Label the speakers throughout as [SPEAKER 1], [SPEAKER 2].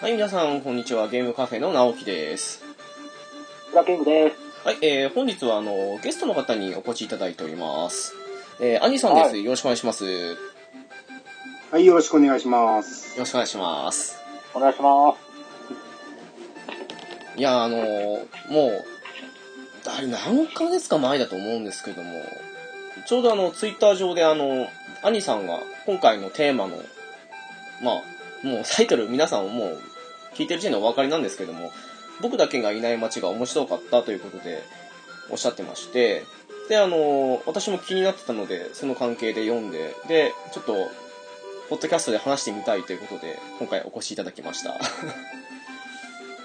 [SPEAKER 1] はい、皆さん、こんにちは。ゲームカフェの直樹です。
[SPEAKER 2] ブラッキングです。
[SPEAKER 1] はい、えー、本日は、あの、ゲストの方にお越しいただいております。えー、アニさんです。
[SPEAKER 2] は
[SPEAKER 1] よろしくお願いします。よ
[SPEAKER 3] はい、よろしくお願いします。
[SPEAKER 1] ろしくお願いします。
[SPEAKER 2] お願いします。
[SPEAKER 1] いや、あのもう、あれ、何ヶ月か前だと思うんですけども、ちょうどあの、ツイッター上で、あの、アニさんが、今回のテーマの、まあ、もうタイトル皆さんもう、聞いてる時点でお分かりなんですけども、僕だけがいない街が面白かったということで、おっしゃってまして、で、あの、私も気になってたので、その関係で読んで、で、ちょっと、ポッドキャストで話してみたいということで、今回お越しいただきました。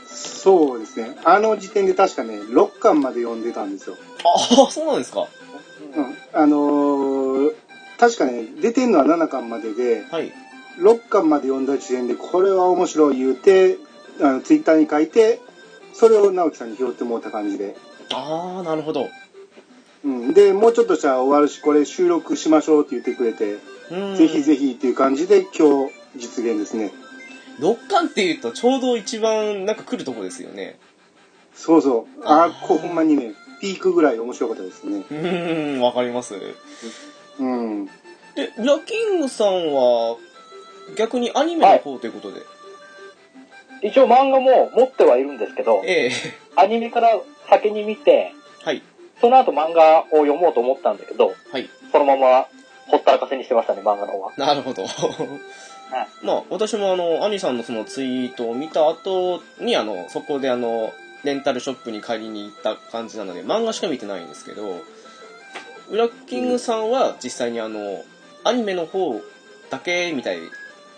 [SPEAKER 3] そうですね。あの時点で確かね、6巻まで読んでたんですよ。
[SPEAKER 1] ああ、そうなんですか。
[SPEAKER 3] うん。あのー確かね、出てんのは7巻までで、
[SPEAKER 1] はい。
[SPEAKER 3] 6巻まで読んだ時点で、これは面白い言うて、あの、ツイッターに書いて、それを直樹さんに拾ってもらった感じで。
[SPEAKER 1] ああ、なるほど。
[SPEAKER 3] うん。で、もうちょっとしたら終わるし、これ収録しましょうって言ってくれて、
[SPEAKER 1] うん
[SPEAKER 3] ぜひぜひっていう感じで、今日、実現ですね。
[SPEAKER 1] 6巻っていうとちょうど一番なんか来るとこですよね。
[SPEAKER 3] そうそう。あー、こうほんまにね、ピークぐらい面白かったですね。
[SPEAKER 1] うーん、わかります。
[SPEAKER 3] うん。
[SPEAKER 1] で、ラキングさんは逆にアニメの方ということで。
[SPEAKER 2] 一応漫画も持ってはいるんですけど、
[SPEAKER 1] ええ
[SPEAKER 2] アニメから先に見て、
[SPEAKER 1] はい。
[SPEAKER 2] その後漫画を読もうと思ったんだけど、
[SPEAKER 1] はい。
[SPEAKER 2] そのままほったらかせにしてましたね、漫画の方は。
[SPEAKER 1] なるほど。まあ、私もあの、アニさんのそのツイートを見た後に、あの、そこであの、レンタルショップに借りに行った感じなので、漫画しか見てないんですけど、ウラッキングさんは実際にあの、アニメの方だけみたいな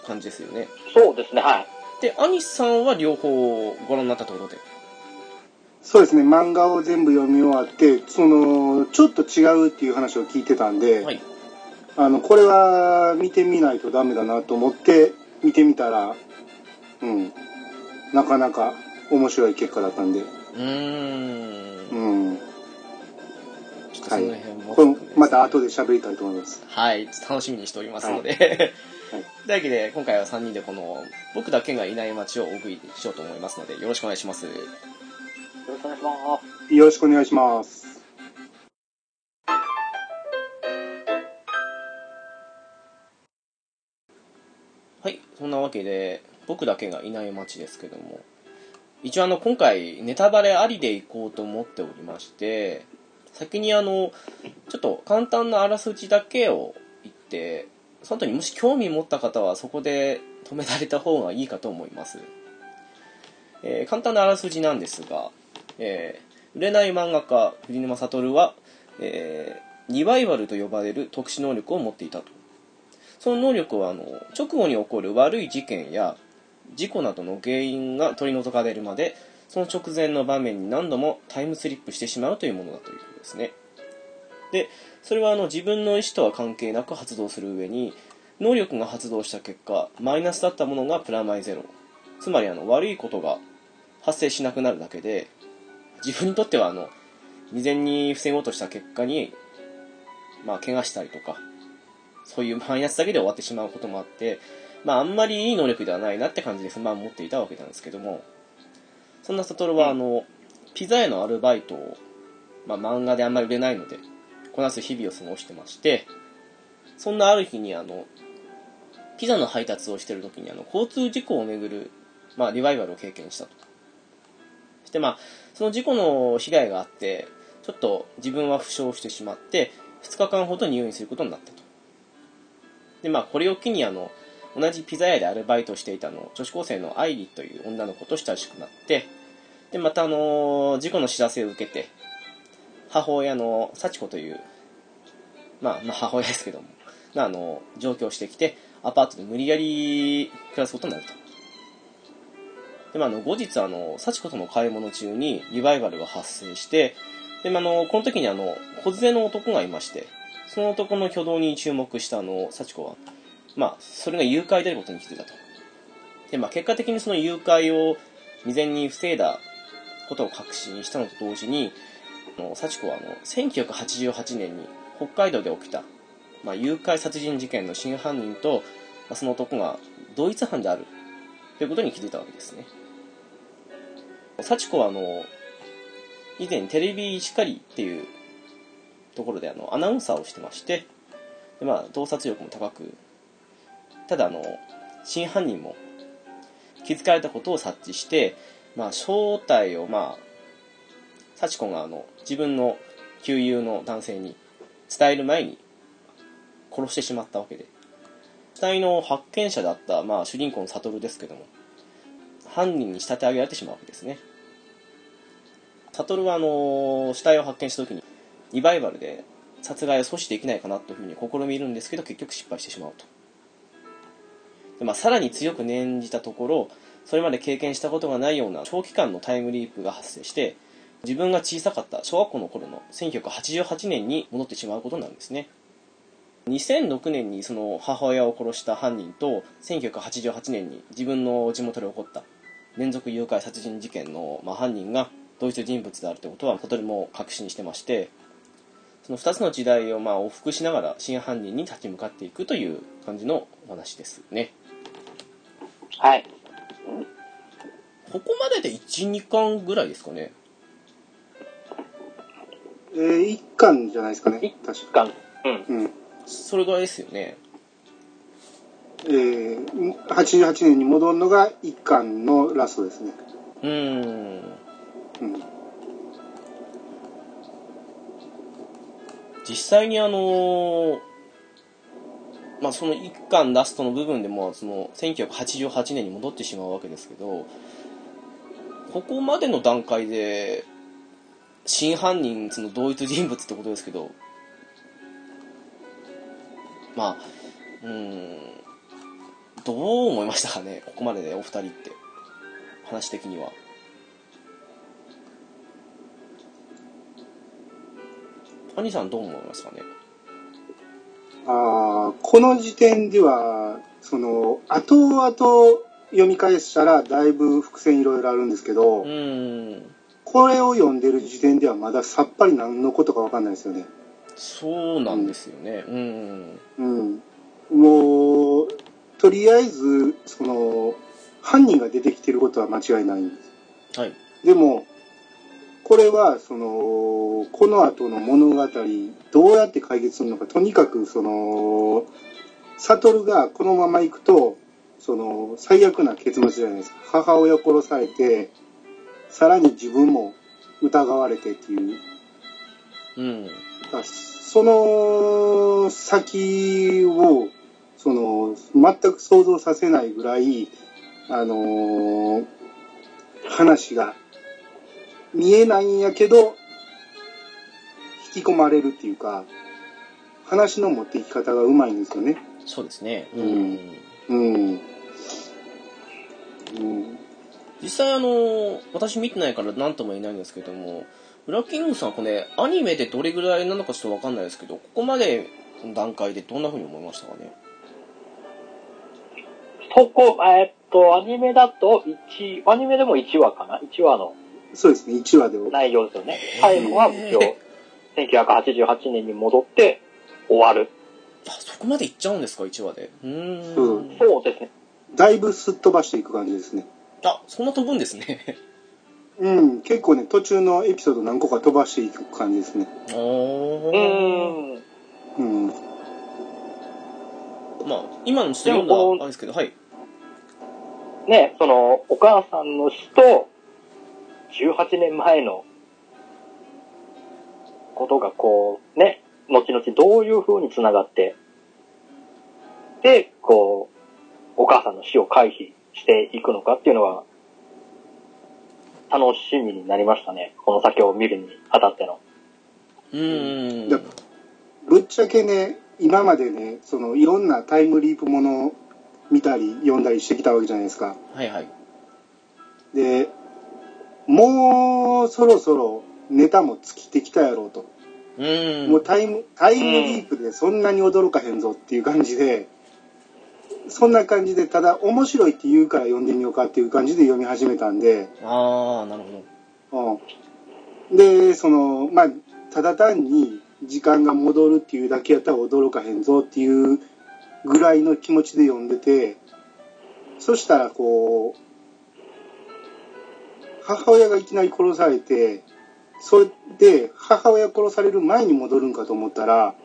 [SPEAKER 1] 感じですよね。
[SPEAKER 2] そうですね、はい。
[SPEAKER 1] で、アニさんは両方ご覧になったってことで。
[SPEAKER 3] そうですね、漫画を全部読み終わって、その、ちょっと違うっていう話を聞いてたんで、
[SPEAKER 1] はい。
[SPEAKER 3] あの、これは見てみないとダメだなと思って、見てみたら、うん、なかなか面白い結果だったんで、
[SPEAKER 1] うー。
[SPEAKER 3] うんん、
[SPEAKER 1] ちょっとその辺も
[SPEAKER 3] こ
[SPEAKER 1] 含
[SPEAKER 3] れ
[SPEAKER 1] めて、
[SPEAKER 3] また後で喋りたいと思います。
[SPEAKER 1] はい、楽しみにしておりますので。
[SPEAKER 3] はいはい
[SPEAKER 1] というわけで、今回は3人でこの、僕だけがいない街をお送りしようと思いますので、よろしくお願いします。
[SPEAKER 2] よろしくお願いします。
[SPEAKER 3] よろしくお願いします。
[SPEAKER 1] はい、そんなわけで、僕だけがいない街ですけども、一応あの、今回、ネタバレありでいこうと思っておりまして、先にあの、ちょっと簡単なあらすじだけを言って、その後にもし興味持った方はそこで止められた方がいいかと思います。えー簡単なあらすじなんですが、えー売れない漫画家、栗沼悟は、えーリバイバルと呼ばれる特殊能力を持っていたと。その能力はあの直後に起こる悪い事件や事故などの原因が取り除かれるまでその直前の場面に何度もタイムスリップしてしまうというものだということですねでそれはあの自分の意思とは関係なく発動する上に能力が発動した結果マイナスだったものがプラマイゼロつまりあの悪いことが発生しなくなるだけで自分にとってはあの未然に防ごうとした結果にまあ怪我したりとかそういうマイナスだけで終わってしまうこともあって、まあ、あんまりいい能力ではないなって感じで不満を持っていたわけなんですけども、そんなサトルは、あの、ピザ屋のアルバイトを、まあ、漫画であんまり売れないので、こなす日々を過ごしてまして、そんなある日に、あの、ピザの配達をしてる時に、あの、交通事故をめぐる、まあ、リバイバルを経験したと。そして、まあ、その事故の被害があって、ちょっと自分は負傷してしまって、2日間ほど入院することになったと。でまあこれを機にあの同じピザ屋でアルバイトをしていたあの女子高生のアイリという女の子と親しくなってでまたあの事故の知らせを受けて母親の幸子という、まあ、まあ母親ですけどもがあの上京してきてアパートで無理やり暮らすことになるとで、まあ、あの後日あの幸子との買い物中にリバイバルが発生してで、まあ、あのこの時にあの小連れの男がいましてその男の挙動に注目したあの幸子は、まあ、それが誘拐であることに気づいたと。で、まあ、結果的にその誘拐を未然に防いだことを確信したのと同時に、あの幸子はあの1988年に北海道で起きた、まあ、誘拐殺人事件の真犯人と、まあ、その男が同一犯であるということに気づいたわけですね幸子はあの以前テレビしかりっていうところであのアナウンサーをしてましてで、まあ、洞察力も高くただあの真犯人も気づかれたことを察知して、まあ、正体をまあ幸子があの自分の旧友の男性に伝える前に殺してしまったわけで死体の発見者だった、まあ、主人公の悟ですけども犯人に仕立て上げられてしまうわけですね悟はあの死体を発見した時にリバイバルで殺害を阻止できないかなというふうに試みるんですけど結局失敗してしまうとで、まあ、さらに強く念じたところそれまで経験したことがないような長期間のタイムリープが発生して自分が小さかった小学校の頃の1988年に戻ってしまうことになるんですね2006年にその母親を殺した犯人と1988年に自分の地元で起こった連続誘拐殺人事件の、まあ、犯人が同一人物であるということはとても確信してましてその2つの時代をまあ往復しながら真犯人に立ち向かっていくという感じのお話ですね
[SPEAKER 2] はい。
[SPEAKER 1] ここまでで12巻ぐらいですかね
[SPEAKER 3] えー、一巻じゃないですかね。
[SPEAKER 2] 一
[SPEAKER 3] 確か。
[SPEAKER 2] 巻。うん。
[SPEAKER 3] うん。
[SPEAKER 1] それぐらいですよね
[SPEAKER 3] えー、88年に戻るのが一巻のラストですね。
[SPEAKER 1] うーん
[SPEAKER 3] うん。
[SPEAKER 1] 実際にあのーまあ、その1巻ラストの部分でもその1988年に戻ってしまうわけですけどここまでの段階で真犯人その同一人物ってことですけどまあうーんどう思いましたかねここまででお二人って話的には兄さんどう思いますかね
[SPEAKER 3] あーこの時点ではその後々読み返したらだいぶ伏線いろいろあるんですけど、
[SPEAKER 1] うーん
[SPEAKER 3] これを読んでる時点ではまださっぱり何のことかわかんないですよね。
[SPEAKER 1] そうなんですよね。うん。
[SPEAKER 3] うん、もうとりあえずその犯人が出てきてることは間違いないんです。
[SPEAKER 1] はい。
[SPEAKER 3] でもこれはそのこの後の物語どうやって解決するのかとにかくその悟がこのまま行くとその最悪な結末じゃないですか母親殺されてさらに自分も疑われてっていう
[SPEAKER 1] うん。
[SPEAKER 3] その先をその全く想像させないぐらい、あのー話が見えないんやけど引き込まれるっていうか話の持っていき方がうまいんですよね。
[SPEAKER 1] そうですね。
[SPEAKER 3] う
[SPEAKER 1] うんん。
[SPEAKER 3] うんうん、
[SPEAKER 1] 実際あの、私見てないから何とも言えないんですけども、ウラキングさんはこれ、アニメでどれぐらいなのかちょっとわかんないですけど、ここまでの段階でどんな風に思いましたかね。
[SPEAKER 2] そこ、えーっと、アニメだと1、アニメでも1話かな ?1 話の
[SPEAKER 3] そうですね1話で
[SPEAKER 2] 内容ですよね。最後は 一応、1988年に戻って終わる。
[SPEAKER 1] あ、そこまでいっちゃうんですか、1話で。うーん。
[SPEAKER 3] うん
[SPEAKER 2] そうですね。
[SPEAKER 3] だいぶすっ飛ばしていく感じですね。
[SPEAKER 1] あ、そんな飛ぶんですね。
[SPEAKER 3] うん、結構ね途中のエピソード何個か飛ばしていく感じですね。
[SPEAKER 1] お
[SPEAKER 2] う
[SPEAKER 1] ー。
[SPEAKER 2] ーん。
[SPEAKER 3] うん
[SPEAKER 1] まあ、今のちょっと読んだ
[SPEAKER 2] でもこ
[SPEAKER 1] あ
[SPEAKER 2] の
[SPEAKER 1] れですけど、はい。
[SPEAKER 2] ね、その、お母さんの死と、18年前のことがこう、ね、後々どういう風に繋がって、で、こう、お母さんの死を回避していくのかっていうのは、楽しみになりましたね。この先を見るにあたっての。
[SPEAKER 1] うーん。
[SPEAKER 3] だぶっちゃけね今までねそのいろんなタイムリープものを見たり読んだりしてきたわけじゃないですか
[SPEAKER 1] はいはい。
[SPEAKER 3] でもうそろそろネタも尽きてきたやろうと、
[SPEAKER 1] うーん。
[SPEAKER 3] もうタイムタイムリープでそんなに驚かへんぞっていう感じで、そんな感じでただ面白いって言うから読んでみようかっていう感じで読み始めたんで、
[SPEAKER 1] あー、なるほど。
[SPEAKER 3] うん、でそのまあただ単に時間が戻るっていうだけやったら驚かへんぞっていうぐらいの気持ちで読んでてそしたらこう、母親がいきなり殺されて、それで母親殺される前に戻るんかと思ったら、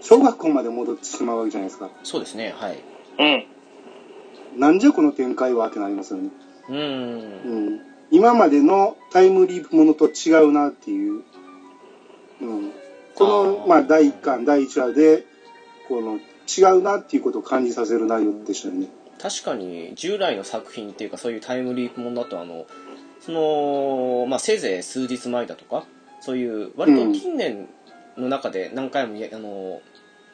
[SPEAKER 3] 小学校まで戻ってしまうわけじゃないですか。
[SPEAKER 1] そうですねはい
[SPEAKER 2] うん。
[SPEAKER 3] なんじゃこの展開はってなりますよね。
[SPEAKER 1] う
[SPEAKER 3] うんん。今までのタイムリープものと違うなっていう。うん。この、
[SPEAKER 1] あー
[SPEAKER 3] まあ、第1巻、第1話で、この、違うなっていうことを感じさせる内容でしたよね。
[SPEAKER 1] 確かに従来の作品っていうかそういうタイムリープものだとあのその、まあ、せいぜい数日前だとかそういう割と近年の中で何回もや、あの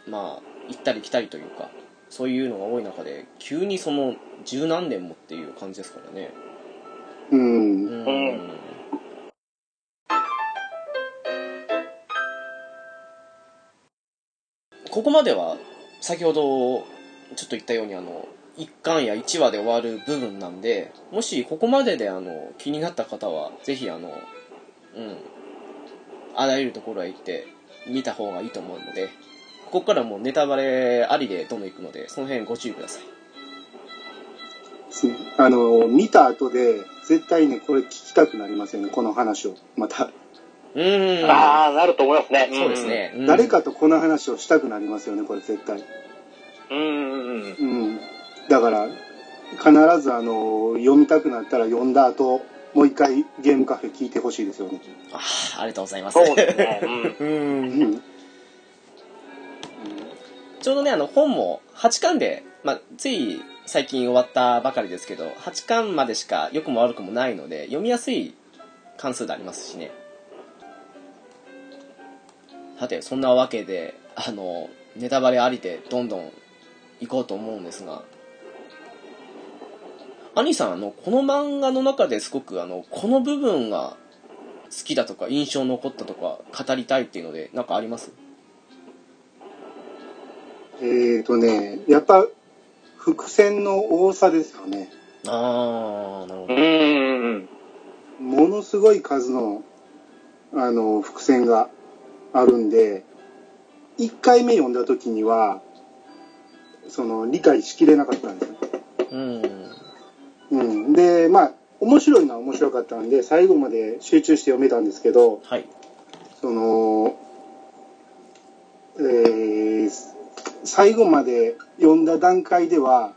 [SPEAKER 1] まあ行ったり来たりというかそういうのが多い中で急にその十何年もっていう感じですからね
[SPEAKER 3] うん。
[SPEAKER 1] うん、
[SPEAKER 2] うん
[SPEAKER 1] ここまでは先ほどちょっと言ったようにあの1巻や1話で終わる部分なんでもしここまでであの気になった方はぜひあのうんあらゆるところへ行って見た方がいいと思うのでここからもうネタバレありでどんどん行くのでその辺ご注意ください
[SPEAKER 3] ですねあの、見た後で、絶対ね、これ聞きたくなりますよね、この話を。また、
[SPEAKER 1] うーん
[SPEAKER 2] ああ、なると思いますね。
[SPEAKER 1] そうです。ね、うん
[SPEAKER 3] 誰かとこの話をしたくなりますよね、これ絶対。
[SPEAKER 2] うんうんうん。
[SPEAKER 3] うん。だから、必ずあの、読みたくなったら読んだ後、もう一回ゲームカフェ聞いてほしいですよね。
[SPEAKER 1] あーありがとうございます
[SPEAKER 2] そうですね。うん。
[SPEAKER 1] う
[SPEAKER 3] うんん。
[SPEAKER 1] ちょうどね、あの、本も8巻で、まあ、つい最近終わったばかりですけど、8巻までしか良くも悪くもないので、読みやすい関数でありますしね。さて、そんなわけで、あの、ネタバレありでどんどん行こうと思うんですが、アニさん、あの、この漫画の中ですごく、あの、この部分が好きだとか、印象に残ったとか、語りたいっていうので、なんかあります
[SPEAKER 3] えーとね、やっぱ、伏線の多さですよね。
[SPEAKER 1] あー、なるほ
[SPEAKER 2] うんうんうん。
[SPEAKER 3] ものすごい数の、あの、伏線があるんで、1回目読んだ時には、その、理解しきれなかったんですよ。
[SPEAKER 1] うん。
[SPEAKER 3] うん。で、まあ、面白いのは面白かったんで、最後まで集中して読めたんですけど、
[SPEAKER 1] はい。
[SPEAKER 3] その、えー最後まで読んだ段階では、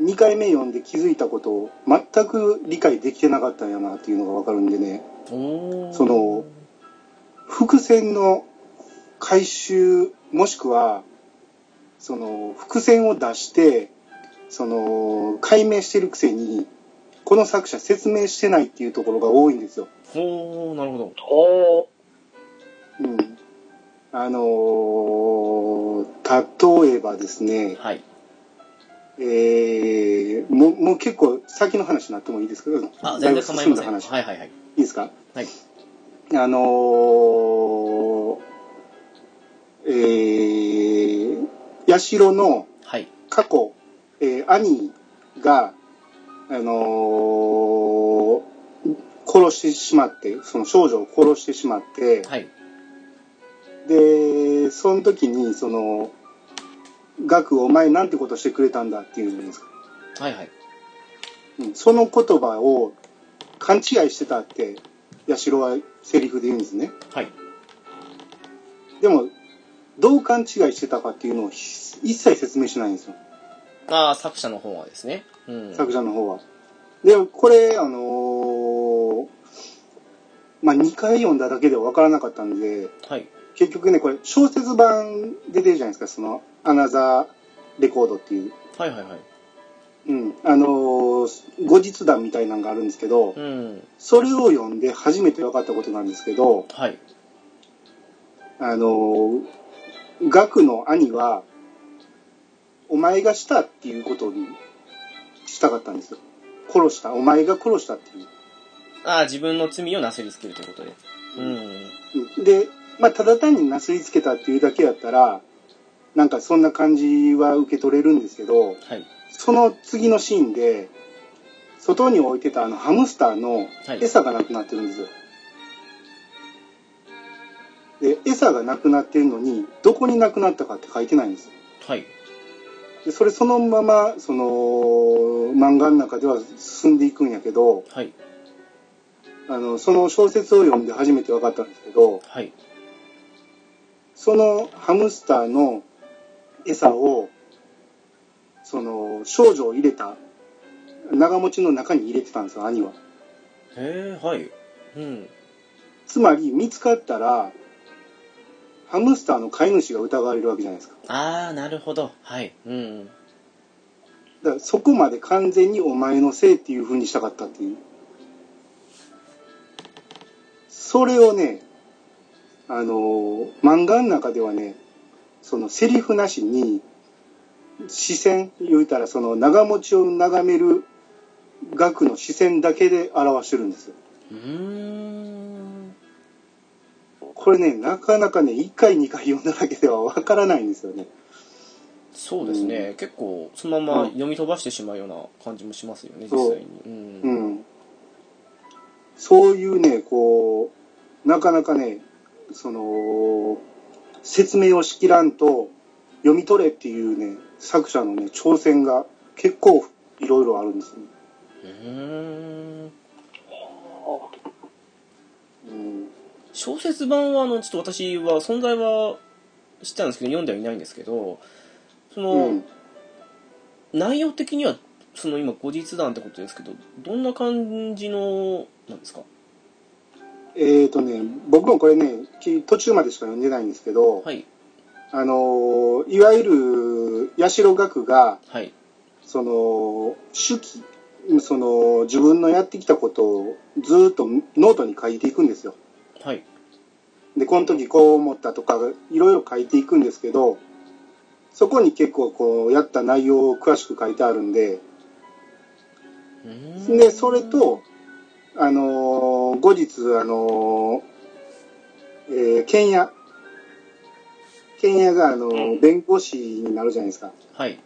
[SPEAKER 3] 2回目読んで気づいたことを全く理解できてなかったんやなっていうのがわかるんでね、
[SPEAKER 1] おー
[SPEAKER 3] その、伏線の回収、もしくは、その、伏線を出して、その、解明してるくせに、この作者説明してないっていうところが多いんですよ。
[SPEAKER 1] ほー、なるほど。
[SPEAKER 2] ほ
[SPEAKER 3] うん。あのー例えばですね、
[SPEAKER 1] はい。
[SPEAKER 3] えー、もう、もう結構先の話になってもいいですか
[SPEAKER 1] あ、
[SPEAKER 3] だ
[SPEAKER 1] 全
[SPEAKER 3] いぶ
[SPEAKER 1] 然構い
[SPEAKER 3] 進ん
[SPEAKER 1] ませ
[SPEAKER 3] だ
[SPEAKER 1] ん。
[SPEAKER 3] 話。
[SPEAKER 1] はいはいはい。
[SPEAKER 3] いいですか
[SPEAKER 1] はい。
[SPEAKER 3] あのー、えー、八代の
[SPEAKER 1] はい。
[SPEAKER 3] 過去、えー兄が、あのー殺してしまって、その少女を殺してしまって、
[SPEAKER 1] はい。
[SPEAKER 3] で、その時に、その、ガクお前なんてことしてくれたんだっていうんですか。
[SPEAKER 1] はいはい。
[SPEAKER 3] うんその言葉を勘違いしてたって、八代はセリフで言うんですね。
[SPEAKER 1] はい。
[SPEAKER 3] でも、どう勘違いしてたかっていうのをひ一切説明しないんですよ、
[SPEAKER 1] あー、作者の方はですね。うん。
[SPEAKER 3] 作者の方は。で、これ、あのーまあ、2回読んだだけでは分からなかったんで、
[SPEAKER 1] はい。
[SPEAKER 3] 結局ね、これ、小説版で出るじゃないですか、その、アナザーレコードっていう。
[SPEAKER 1] はいはいはい。
[SPEAKER 3] うん、あのー後日談みたいなのがあるんですけど
[SPEAKER 1] う、ん。
[SPEAKER 3] それを読んで初めて分かったことなんですけど、
[SPEAKER 1] はい。
[SPEAKER 3] あのーガクの兄は、お前がしたっていうことにしたかったんですよ。殺した。お前が殺したっていう。
[SPEAKER 1] あー、自分の罪をなすりつけるということで。うん。
[SPEAKER 3] うんで、まあ、ただ単になすりつけたっていうだけやったら、なんかそんな感じは受け取れるんですけど、
[SPEAKER 1] はい。
[SPEAKER 3] その次のシーンで、外に置いてたあのハムスターの
[SPEAKER 1] はい
[SPEAKER 3] 餌がなくなってるんですよ。で、餌がなくなってるのに、どこになくなったかって書いてないんですよ。
[SPEAKER 1] はい。
[SPEAKER 3] でそれそのままその漫画の中では進んでいくんやけど
[SPEAKER 1] はい
[SPEAKER 3] あのその小説を読んで初めて分かったんですけど
[SPEAKER 1] はい
[SPEAKER 3] そのハムスターの餌をその少女を入れた長持ちの中に入れてたんですよ兄は。
[SPEAKER 1] へえはいうん
[SPEAKER 3] つまり見つかったらハムスターの飼い主が疑われるわけじゃないですか。
[SPEAKER 1] ああなるほどはいうん
[SPEAKER 3] だからそこまで完全にお前のせいっていう風にしたかったっていうそれをねあのー漫画の中ではねそのセリフなしに視線言うたらその長持ちを眺める額の視線だけで表してるんですよ
[SPEAKER 1] うーん
[SPEAKER 3] これねなかなかね1回2回読んだだけではわからないんですよね
[SPEAKER 1] そうですね、結構そのまま読み飛ばしてしまうような感じもしますよね、
[SPEAKER 3] そう
[SPEAKER 1] 実際にうん、
[SPEAKER 3] うん、そういうねこうなかなかねその説明をしきらんと読み取れっていうね作者のね挑戦が結構いろいろあるんですね、
[SPEAKER 1] うーん
[SPEAKER 3] うん、
[SPEAKER 1] 小説版はあのちょっと私は存在は知ってたんですけど読んではいないんですけどその、
[SPEAKER 3] うん
[SPEAKER 1] 内容的にはその今後日談ってことですけどどんな感じのなんですか
[SPEAKER 3] えっ、とね僕もこれねき途中までしか読んでないんですけど、
[SPEAKER 1] はい
[SPEAKER 3] あのーいわゆる八代岳が
[SPEAKER 1] はい
[SPEAKER 3] その手記その自分のやってきたことをずーっとノートに書いていくんですよ
[SPEAKER 1] はい
[SPEAKER 3] でこの時こう思ったとかいろいろ書いていくんですけどそこに結構こうやった内容を詳しく書いてあるんで
[SPEAKER 1] うーん
[SPEAKER 3] でそれと、あのー後日あのーえー、剣也剣也が、あのー
[SPEAKER 2] うん
[SPEAKER 3] 弁護士になるじゃないですか
[SPEAKER 1] はい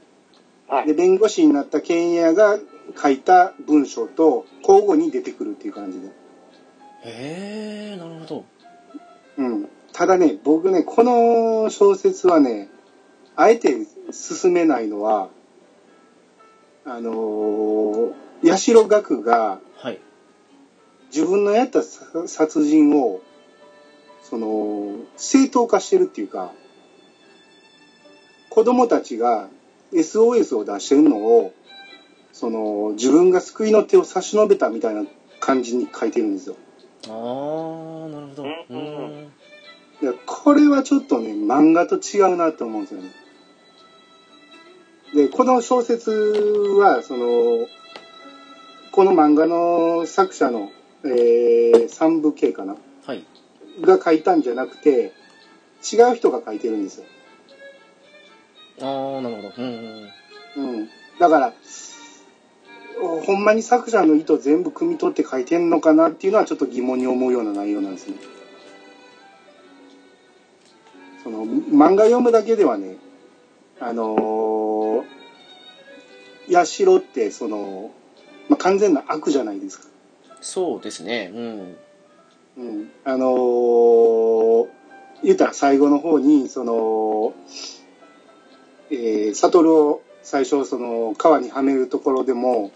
[SPEAKER 2] はい
[SPEAKER 3] で。弁護士になった剣也が書いた文章と交互に出てくるっていう感じで、
[SPEAKER 1] へえなるほど
[SPEAKER 3] うん、ただね僕ねこの小説はねあえて進めないのはあのー八代岳が
[SPEAKER 1] はい
[SPEAKER 3] 自分のやったさ殺人をその正当化してるっていうか子供たちが SOS を出してるのをその自分が救いの手を差し伸べたみたいな感じに書いてるんですよ。
[SPEAKER 1] ああなるほどう
[SPEAKER 2] うん
[SPEAKER 1] ーん
[SPEAKER 3] いやこれはちょっとね漫画と違うなと思うんですよねでこの小説はそのこの漫画の作者の、えー三部系かな
[SPEAKER 1] はい
[SPEAKER 3] が書いたんじゃなくて違う人が書いてるんですよ、
[SPEAKER 1] ああなるほどうんうん
[SPEAKER 3] うん、だからおほんまに作者の意図全部汲み取って書いてんのかなっていうのはちょっと疑問に思うような内容なんですねその漫画読むだけではねあのー、社ってその、まあ、完全な悪じゃないですか、
[SPEAKER 1] そうですねうん
[SPEAKER 3] うん、あのー、言ったら最後の方にその、えー、悟を最初その川にはめるところでも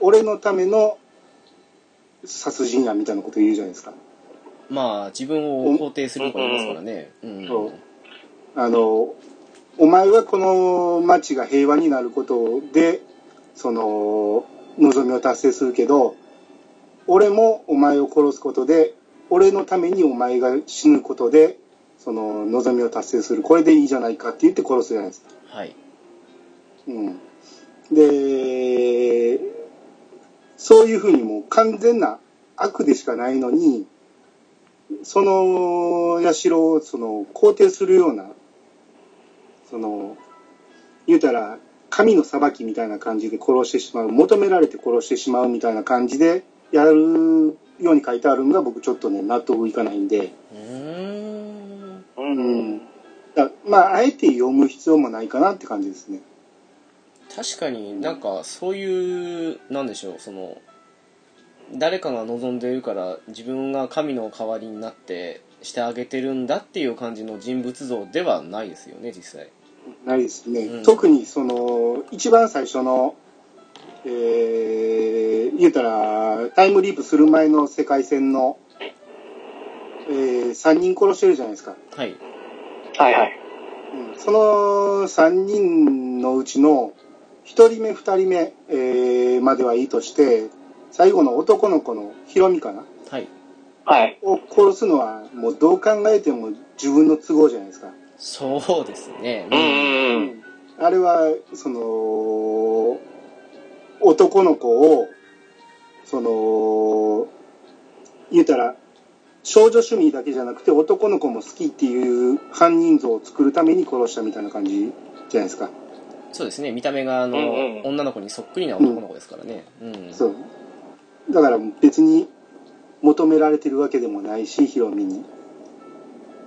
[SPEAKER 3] 俺のための殺人やみたいなこと言うじゃないですか。
[SPEAKER 1] まあ自分を肯定するとか言いますからねうん
[SPEAKER 3] そうあのお前はこの町が平和になることでその望みを達成するけど俺もお前を殺すことで俺のためにお前が死ぬことでその望みを達成するこれでいいじゃないかって言って殺すじゃないですか。
[SPEAKER 1] はい
[SPEAKER 3] うん、でそういうふうにもう完全な悪でしかないのにその社をその肯定するようなその言うたら神の裁きみたいな感じで殺してしまう求められて殺してしまうみたいな感じでやるように書いてあるのが僕ちょっとね納得いかないんで。
[SPEAKER 1] うーん
[SPEAKER 2] う
[SPEAKER 3] うん
[SPEAKER 2] ん。
[SPEAKER 3] だまあ、あえて読む必要もないかなって感じですね。
[SPEAKER 1] 確かになんかそういうなんでしょうその誰かが望んでいるから自分が神の代わりになってしてあげてるんだっていう感じの人物像ではないですよね実際
[SPEAKER 3] ないですね、
[SPEAKER 1] うん
[SPEAKER 3] 特にその一番最初の、えー言うたらタイムリープする前の世界戦の、え3人殺してるじゃないですか、
[SPEAKER 1] はい。
[SPEAKER 2] はいはい。
[SPEAKER 3] うんその3人のうちの1人目2人目、えーまではいいとして最後の男の子のヒロミかな
[SPEAKER 1] はい。
[SPEAKER 2] はい。
[SPEAKER 3] を殺すのはもうどう考えても自分の都合じゃないですか。
[SPEAKER 1] そうですね。
[SPEAKER 2] う
[SPEAKER 1] うん
[SPEAKER 2] んうんうん。
[SPEAKER 3] あれは、その、男の子を、その、言うたら、少女趣味だけじゃなくて男の子も好きっていう犯人像を作るために殺したみたいな感じじゃないですか。
[SPEAKER 1] そうですね。見た目が、あの、
[SPEAKER 2] うんうんうん
[SPEAKER 1] 女の子にそっくりな男の子ですからね。うん。
[SPEAKER 3] そう。だから別に求められてるわけでもないし、ヒロミに。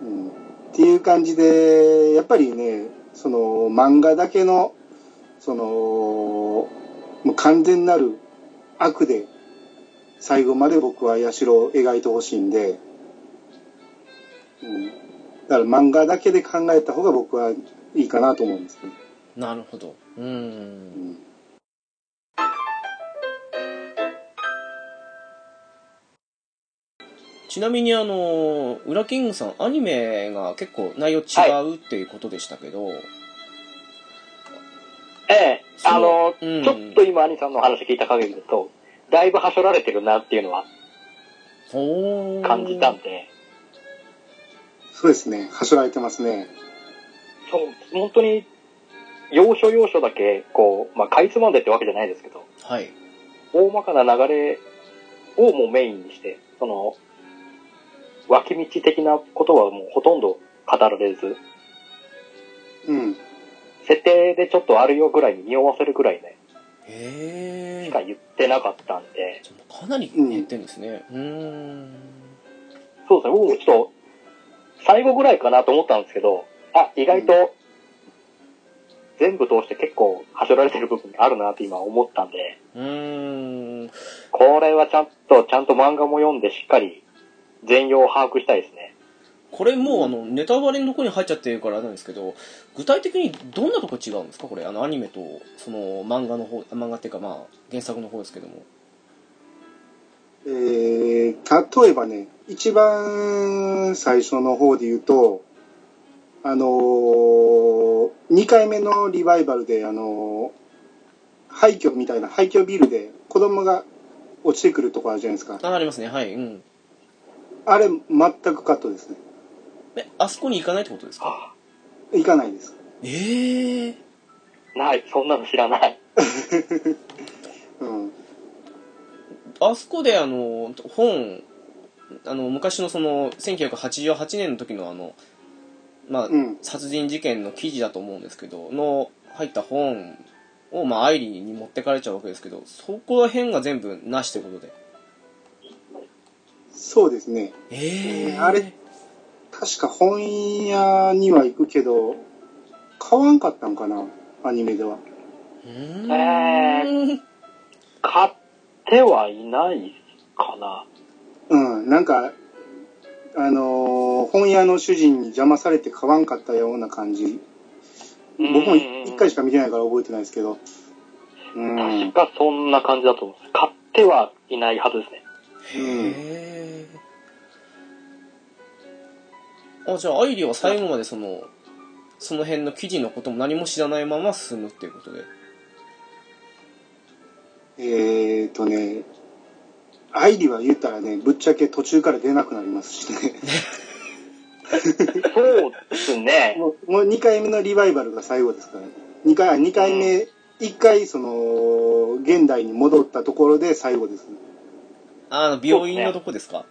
[SPEAKER 3] うん。っていう感じで、やっぱりね、その漫画だけの、その、もう完全なる悪で、最後まで僕は社を描いてほしいんで、うん。だから漫画だけで考えた方が僕はいいかなと思うんですね。
[SPEAKER 1] なるほど。う。
[SPEAKER 3] うんん。
[SPEAKER 1] ちなみに、あの、裏キングさん、アニメが結構内容違うっていうことでしたけど、
[SPEAKER 2] ええ、
[SPEAKER 1] そう
[SPEAKER 2] あの、
[SPEAKER 1] うん
[SPEAKER 2] ちょっと今、兄さんのお話聞いた限りだと、だいぶはしょられてるなっていうのは
[SPEAKER 1] ほー
[SPEAKER 2] 感じたんで、
[SPEAKER 3] そうですね。はしょられてますね。
[SPEAKER 2] そう本当に、要所要所だけ、こう、まあ、かいつまんでってわけじゃないですけど、
[SPEAKER 1] はい。
[SPEAKER 2] 大まかな流れをもうメインにして、その、脇道的なことはもうほとんど語られず、
[SPEAKER 3] うん。
[SPEAKER 2] 設定でちょっとあるよぐらいに匂わせるぐらいね、
[SPEAKER 1] へ
[SPEAKER 2] し
[SPEAKER 1] ー
[SPEAKER 2] か言ってなかったんで、
[SPEAKER 1] じゃあもうかなり減ってんですね。うーん。
[SPEAKER 2] そうですね、僕もちょっと、最後ぐらいかなと思ったんですけど、あ、意外と、全部通して結構、はしょられてる部分があるなって今思ったんで、
[SPEAKER 1] うーん。
[SPEAKER 2] これはちゃんと、ちゃんと漫画も読んでしっかり、全容を把握したいですね。
[SPEAKER 1] これもうあのネタバレのとこに入っちゃってるからあれなんですけど具体的にどんなとこ違うんですかこれあのアニメとその漫画の方漫画っていうかまあ原作の方ですけども
[SPEAKER 3] えー例えばね、一番最初の方で言うと、あのー、2回目のリバイバルで、あのー廃墟みたいな、廃墟ビルで子供が落ちてくるとこあるじゃないですか。
[SPEAKER 1] あありますねはいうん
[SPEAKER 3] あれ、全くカットですね。
[SPEAKER 1] えあそこに行かないってことですか
[SPEAKER 2] あ
[SPEAKER 3] 行かないです。
[SPEAKER 1] ええ
[SPEAKER 2] ない、そんなの知らない。
[SPEAKER 3] うん。
[SPEAKER 1] あそこであの本あの昔のその1988年の時のあのまあ、
[SPEAKER 3] うん。
[SPEAKER 1] 殺人事件の記事だと思うんですけどの入った本をまあアイリーに持ってかれちゃうわけですけどそこら辺が全部なしってことで
[SPEAKER 3] そうですね。
[SPEAKER 1] ええ
[SPEAKER 3] あれ確か本屋には行くけど、買わんかったんかな、アニメでは。
[SPEAKER 1] うーん
[SPEAKER 2] え買ってはいないかな。
[SPEAKER 3] うん、なんか、あのー本屋の主人に邪魔されて買わんかったような感じ。僕も
[SPEAKER 2] うんうんうん
[SPEAKER 3] 一回しか見てないから覚えてないですけど。う
[SPEAKER 2] 確
[SPEAKER 3] ん。
[SPEAKER 2] かそんな感じだと思う。買ってはいないはずですね。
[SPEAKER 1] へーあじゃあアイリーは最後までそのその辺の記事のことも何も知らないまま進むっていうことで
[SPEAKER 3] えーとね、アイリは言ったらね、ぶっちゃけ途中から出なくなりますしね。
[SPEAKER 2] そうです ね。
[SPEAKER 3] もうもう2回目のリバイバルが最後ですからね。2回、あ二回目、1回その、現代に戻ったところで最後です。
[SPEAKER 1] あの病院のとこですか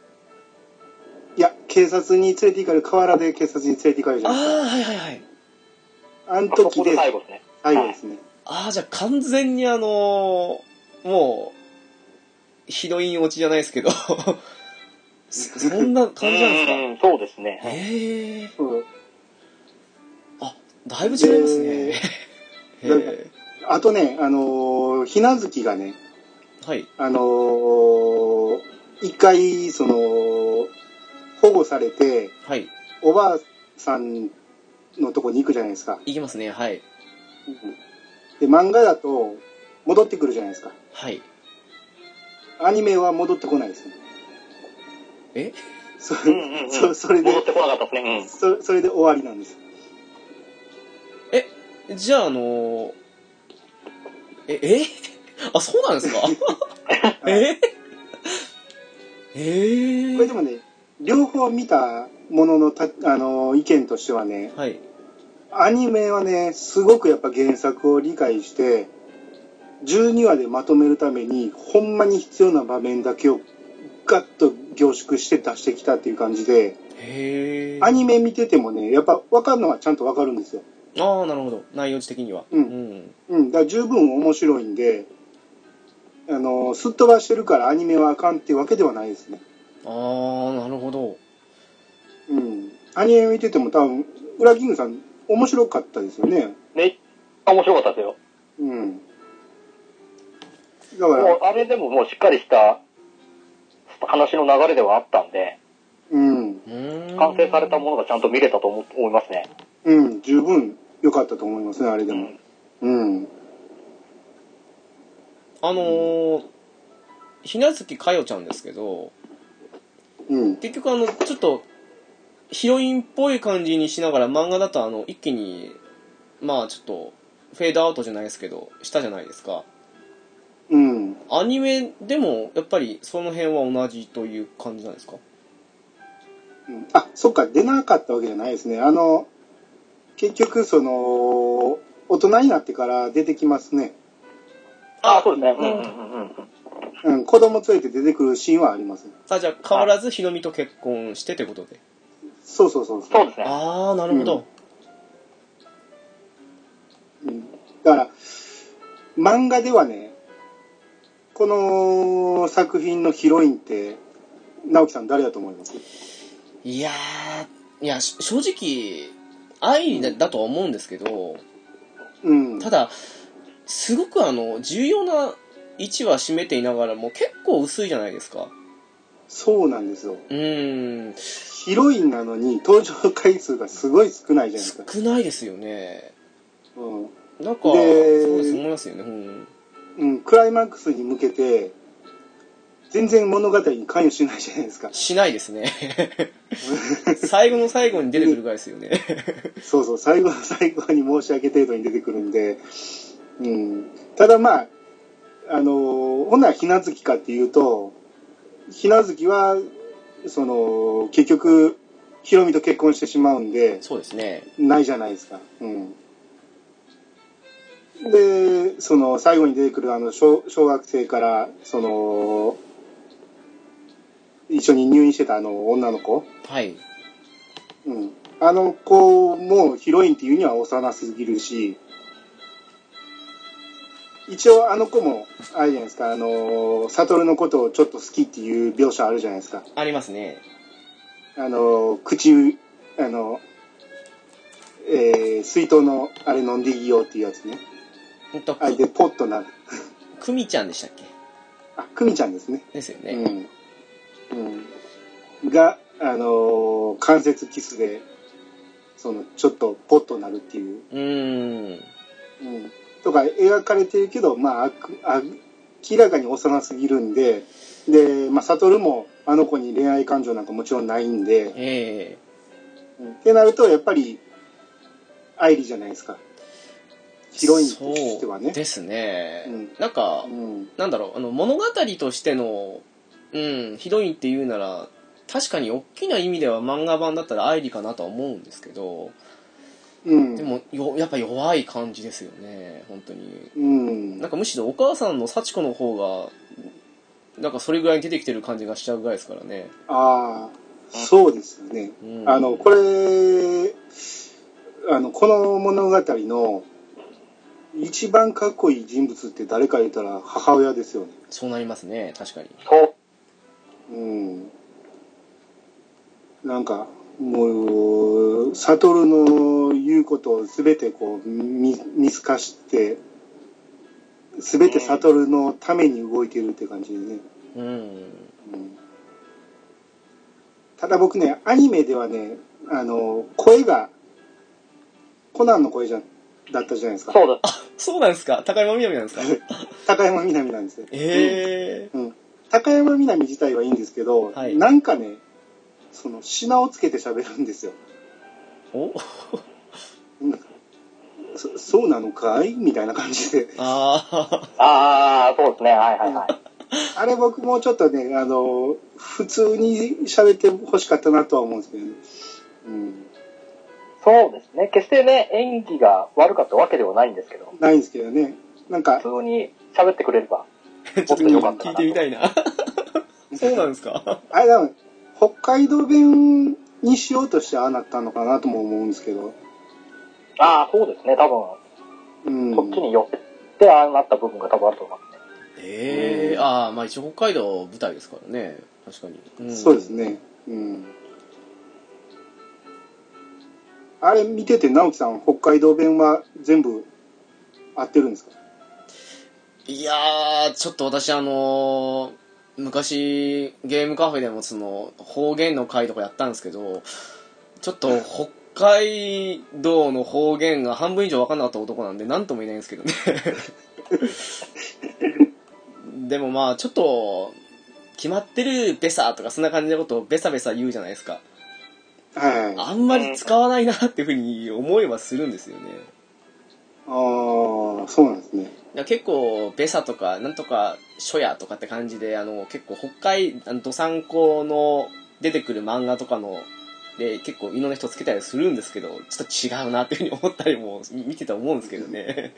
[SPEAKER 3] いや、警察に連れて行かれる、河原で警察に連れて行かれるじ
[SPEAKER 1] あ
[SPEAKER 3] ゃ
[SPEAKER 1] あ
[SPEAKER 3] ないですか。
[SPEAKER 1] はいはいはい
[SPEAKER 3] あの
[SPEAKER 2] あそ
[SPEAKER 3] 時
[SPEAKER 2] こ
[SPEAKER 3] で
[SPEAKER 2] で最後ですね。
[SPEAKER 3] 最後ですね。
[SPEAKER 1] ああじゃあ完全にあのーもうヒロイン落ちじゃないですけどそそんな感じなんですか
[SPEAKER 2] うんうんそうですね。
[SPEAKER 1] へえ
[SPEAKER 3] うん
[SPEAKER 1] だいぶ違いますね
[SPEAKER 3] で
[SPEAKER 1] へえ
[SPEAKER 3] あとね、あのーひなずきがね、
[SPEAKER 1] はい
[SPEAKER 3] あのー一回、その、保護されて、
[SPEAKER 1] はい
[SPEAKER 3] おばあさんのとこに行くじゃないですか。
[SPEAKER 1] いきますねはい
[SPEAKER 3] で、漫画だと戻ってくるじゃないですか。
[SPEAKER 1] はい
[SPEAKER 3] アニメは戻ってこないですね。
[SPEAKER 1] え
[SPEAKER 3] そ
[SPEAKER 2] うんうんうん。
[SPEAKER 3] そそれで
[SPEAKER 2] 戻ってこなかったですね。
[SPEAKER 3] そそれで終わりなんです。
[SPEAKER 1] じゃああのーええ あそうなん ですかええ
[SPEAKER 3] これでもね、両方見たもののた、あのー意見としてはね、
[SPEAKER 1] はい
[SPEAKER 3] アニメはね、すごくやっぱ原作を理解して、12話でまとめるために、ほんまに必要な場面だけをガッと凝縮して出してきたっていう感じで、
[SPEAKER 1] へえ
[SPEAKER 3] アニメ見ててもね、やっぱ分かるのはちゃんと分かるんですよ。
[SPEAKER 1] ああなるほど内容値的には
[SPEAKER 3] うん
[SPEAKER 1] うん、
[SPEAKER 3] うん、だから十分面白いんで、あのーすっ飛ばしてるからアニメはあかんっていうわけではないですね。
[SPEAKER 1] ああなるほど
[SPEAKER 3] うん。アニメ見てても多分、ウラキングさん、面白かったですよね。
[SPEAKER 2] うん。めっちゃ面白かったですよ。
[SPEAKER 3] うん。だか
[SPEAKER 2] も
[SPEAKER 3] ら
[SPEAKER 2] う、、あれでももうしっかりした話の流れではあったんで、
[SPEAKER 3] うん、
[SPEAKER 1] うーん
[SPEAKER 2] 完成されたものがちゃんと見れたと思思いますね。
[SPEAKER 3] うん、十分良かったと思いますね、あれ
[SPEAKER 2] う
[SPEAKER 3] でも
[SPEAKER 2] ん。。
[SPEAKER 3] うん。
[SPEAKER 1] あのー、ひなずきかよちゃんですけど
[SPEAKER 3] うん。
[SPEAKER 1] 結局あのちょっとヒロインっぽい感じにしながら漫画だとあの一気にまあちょっとフェードアウトじゃないですけどしたじゃないですか
[SPEAKER 3] うん。
[SPEAKER 1] アニメでもやっぱりその辺は同じという感じなんですか
[SPEAKER 3] うんあ、そっか、出なかったわけじゃないですね。あの、結局、その、大人になってから出てきますね。
[SPEAKER 2] あ、そうですね。
[SPEAKER 1] う
[SPEAKER 2] うんんうんうんうん。
[SPEAKER 3] うん、子供連れて出てくるシーンはあります。
[SPEAKER 1] あじゃあ変わらずヒロミと結婚してということで
[SPEAKER 3] そうそうそうそう。
[SPEAKER 2] そうですね。
[SPEAKER 1] ああなるほど、
[SPEAKER 3] うん、だから、漫画ではね、この作品のヒロインって、直樹さん誰だと思います
[SPEAKER 1] いやーいやし正直愛だだとは思うんですけど
[SPEAKER 3] うん。
[SPEAKER 1] ただすごくあの重要な位置は占めていながらも結構薄いじゃないですか
[SPEAKER 3] そうなんですよ。
[SPEAKER 1] うーん
[SPEAKER 3] ヒロインなのに登場回数がすごい少ないじゃないですか。
[SPEAKER 1] 少ないですよね
[SPEAKER 3] うん。
[SPEAKER 1] なんか
[SPEAKER 3] で
[SPEAKER 1] そうです思いますよねうん
[SPEAKER 3] うん、クライマックスに向けて、全然物語に関与しないじゃな いですか。
[SPEAKER 1] しないです ね最後の最後に出てくるぐらいですよ ね
[SPEAKER 3] そうそう、最後の最後に申し訳程度に出てくるんで、うん。ただまあ、あのーほな、ひなずきかっていうと、ひなずきは、その、結局、ひろみと結婚してしまうんで、
[SPEAKER 1] そうですね
[SPEAKER 3] ないじゃないですか。うん。で、その、最後に出てくる、あの、小小学生から、その、一緒に入院してたあの、女の子。
[SPEAKER 1] はい
[SPEAKER 3] うん。あの子もヒロインっていうには幼すぎるし、一応あの子も、あれじゃないですか、あの、悟のことをちょっと好きっていう描写あるじゃないですか。
[SPEAKER 1] ありますね
[SPEAKER 3] あの、口、あの、えー水筒のあれ飲んでいいよっていうやつね。
[SPEAKER 1] ほんと
[SPEAKER 3] あれでポッとなる。
[SPEAKER 1] くみちゃんでしたっけ
[SPEAKER 3] あ、くみちゃんですね。
[SPEAKER 1] ですよね、
[SPEAKER 3] うん。うん。が、あの、関節キスで、その、ちょっとポッとなるっていう。
[SPEAKER 1] うーん
[SPEAKER 3] うんとか描かれてるけど、まあ、あくあ明らかに幼すぎるんで、で、まあ、悟もあの子に恋愛感情なんかもちろんないんで、
[SPEAKER 1] ええ
[SPEAKER 3] うんってなると、やっぱり、愛理じゃないですか。ヒロインとしては
[SPEAKER 1] そう
[SPEAKER 3] ね。
[SPEAKER 1] ですね、
[SPEAKER 3] うん
[SPEAKER 1] なんか、
[SPEAKER 3] うん。
[SPEAKER 1] なんだろうあの物語としてのうんヒロインっていうなら確かに大きな意味では漫画版だったら愛理かなとは思うんですけど
[SPEAKER 3] うん。
[SPEAKER 1] でもよやっぱ弱い感じですよね本当に
[SPEAKER 3] うん
[SPEAKER 1] なん。かむしろお母さんの幸子の方がなんかそれぐらいに出てきてる感じがしちゃうぐらいですからね、
[SPEAKER 3] ああ、そうですよね。
[SPEAKER 1] うん、
[SPEAKER 3] あの、これ、あの、この物語の、一番かっこいい人物って誰か言ったら母親ですよね。
[SPEAKER 1] そうなりますね確かに
[SPEAKER 2] そう。
[SPEAKER 3] うん。なんか、もう、悟の言うことをすべてこう、見、見透かして、すべて悟のために動いてるって感じでね。
[SPEAKER 1] うん
[SPEAKER 3] うんただ僕ね、アニメではね、あの、声がコナンの声じゃだったじゃないですか。
[SPEAKER 2] そうだ。
[SPEAKER 1] そうなんですか高山みなみなんですか
[SPEAKER 3] 高山みなみなんですよ。
[SPEAKER 1] ええ
[SPEAKER 3] うん。高山みなみ自体はいいんですけど、
[SPEAKER 1] はい
[SPEAKER 3] なんかね、その、品をつけて喋るんですよ。
[SPEAKER 1] お
[SPEAKER 3] なんかそそうなのかいみたいな感じで。
[SPEAKER 1] あ
[SPEAKER 2] ああ、そうですね。はいはいはい。
[SPEAKER 3] あれ僕もちょっとね、あの、普通に喋ってほしかったなとは思うんですけどね。うん。
[SPEAKER 2] そうですね。決してね、演技が悪かったわけではないんですけど、
[SPEAKER 3] ないんですけどね。なんか、
[SPEAKER 2] 普通に喋ってくれれば。
[SPEAKER 1] あちょっと聞いてみたいなそうなんですか
[SPEAKER 3] あれだもん、北海道弁にしようとしてああなったのかなとも思うんですけど。
[SPEAKER 2] ああ、そうですね。多分、
[SPEAKER 3] うん。
[SPEAKER 2] こっちに寄って、ああなった部分が多分あると思いますね。
[SPEAKER 1] ええ
[SPEAKER 3] うん
[SPEAKER 1] ああまあ一応北海道舞台ですからね確かに、ん
[SPEAKER 3] そうですね。うん。あれ見てて、直樹さん、北海道弁は全部合ってるんですか
[SPEAKER 1] いやーちょっと私あのー昔ゲームカフェでもその方言の回とかやったんですけどちょっと北海道の方言が半分以上分かんなかった男なんで何とも言えないんですけどね でもまあちょっと決まってるベサとかそんな感じのことをベサベサ言うじゃないですか
[SPEAKER 3] はいはい。あ
[SPEAKER 1] あんまり使わないなっていうふうに思えばするんですよね
[SPEAKER 3] あー、そうなんですね。
[SPEAKER 1] いや結構ベサとかなんとか書やとかって感じであの結構北海あのどさんこの出てくる漫画とかので結構いろんな人つけたりするんですけどちょっと違うなっていうふうに思ったりも見てて思うんですけどね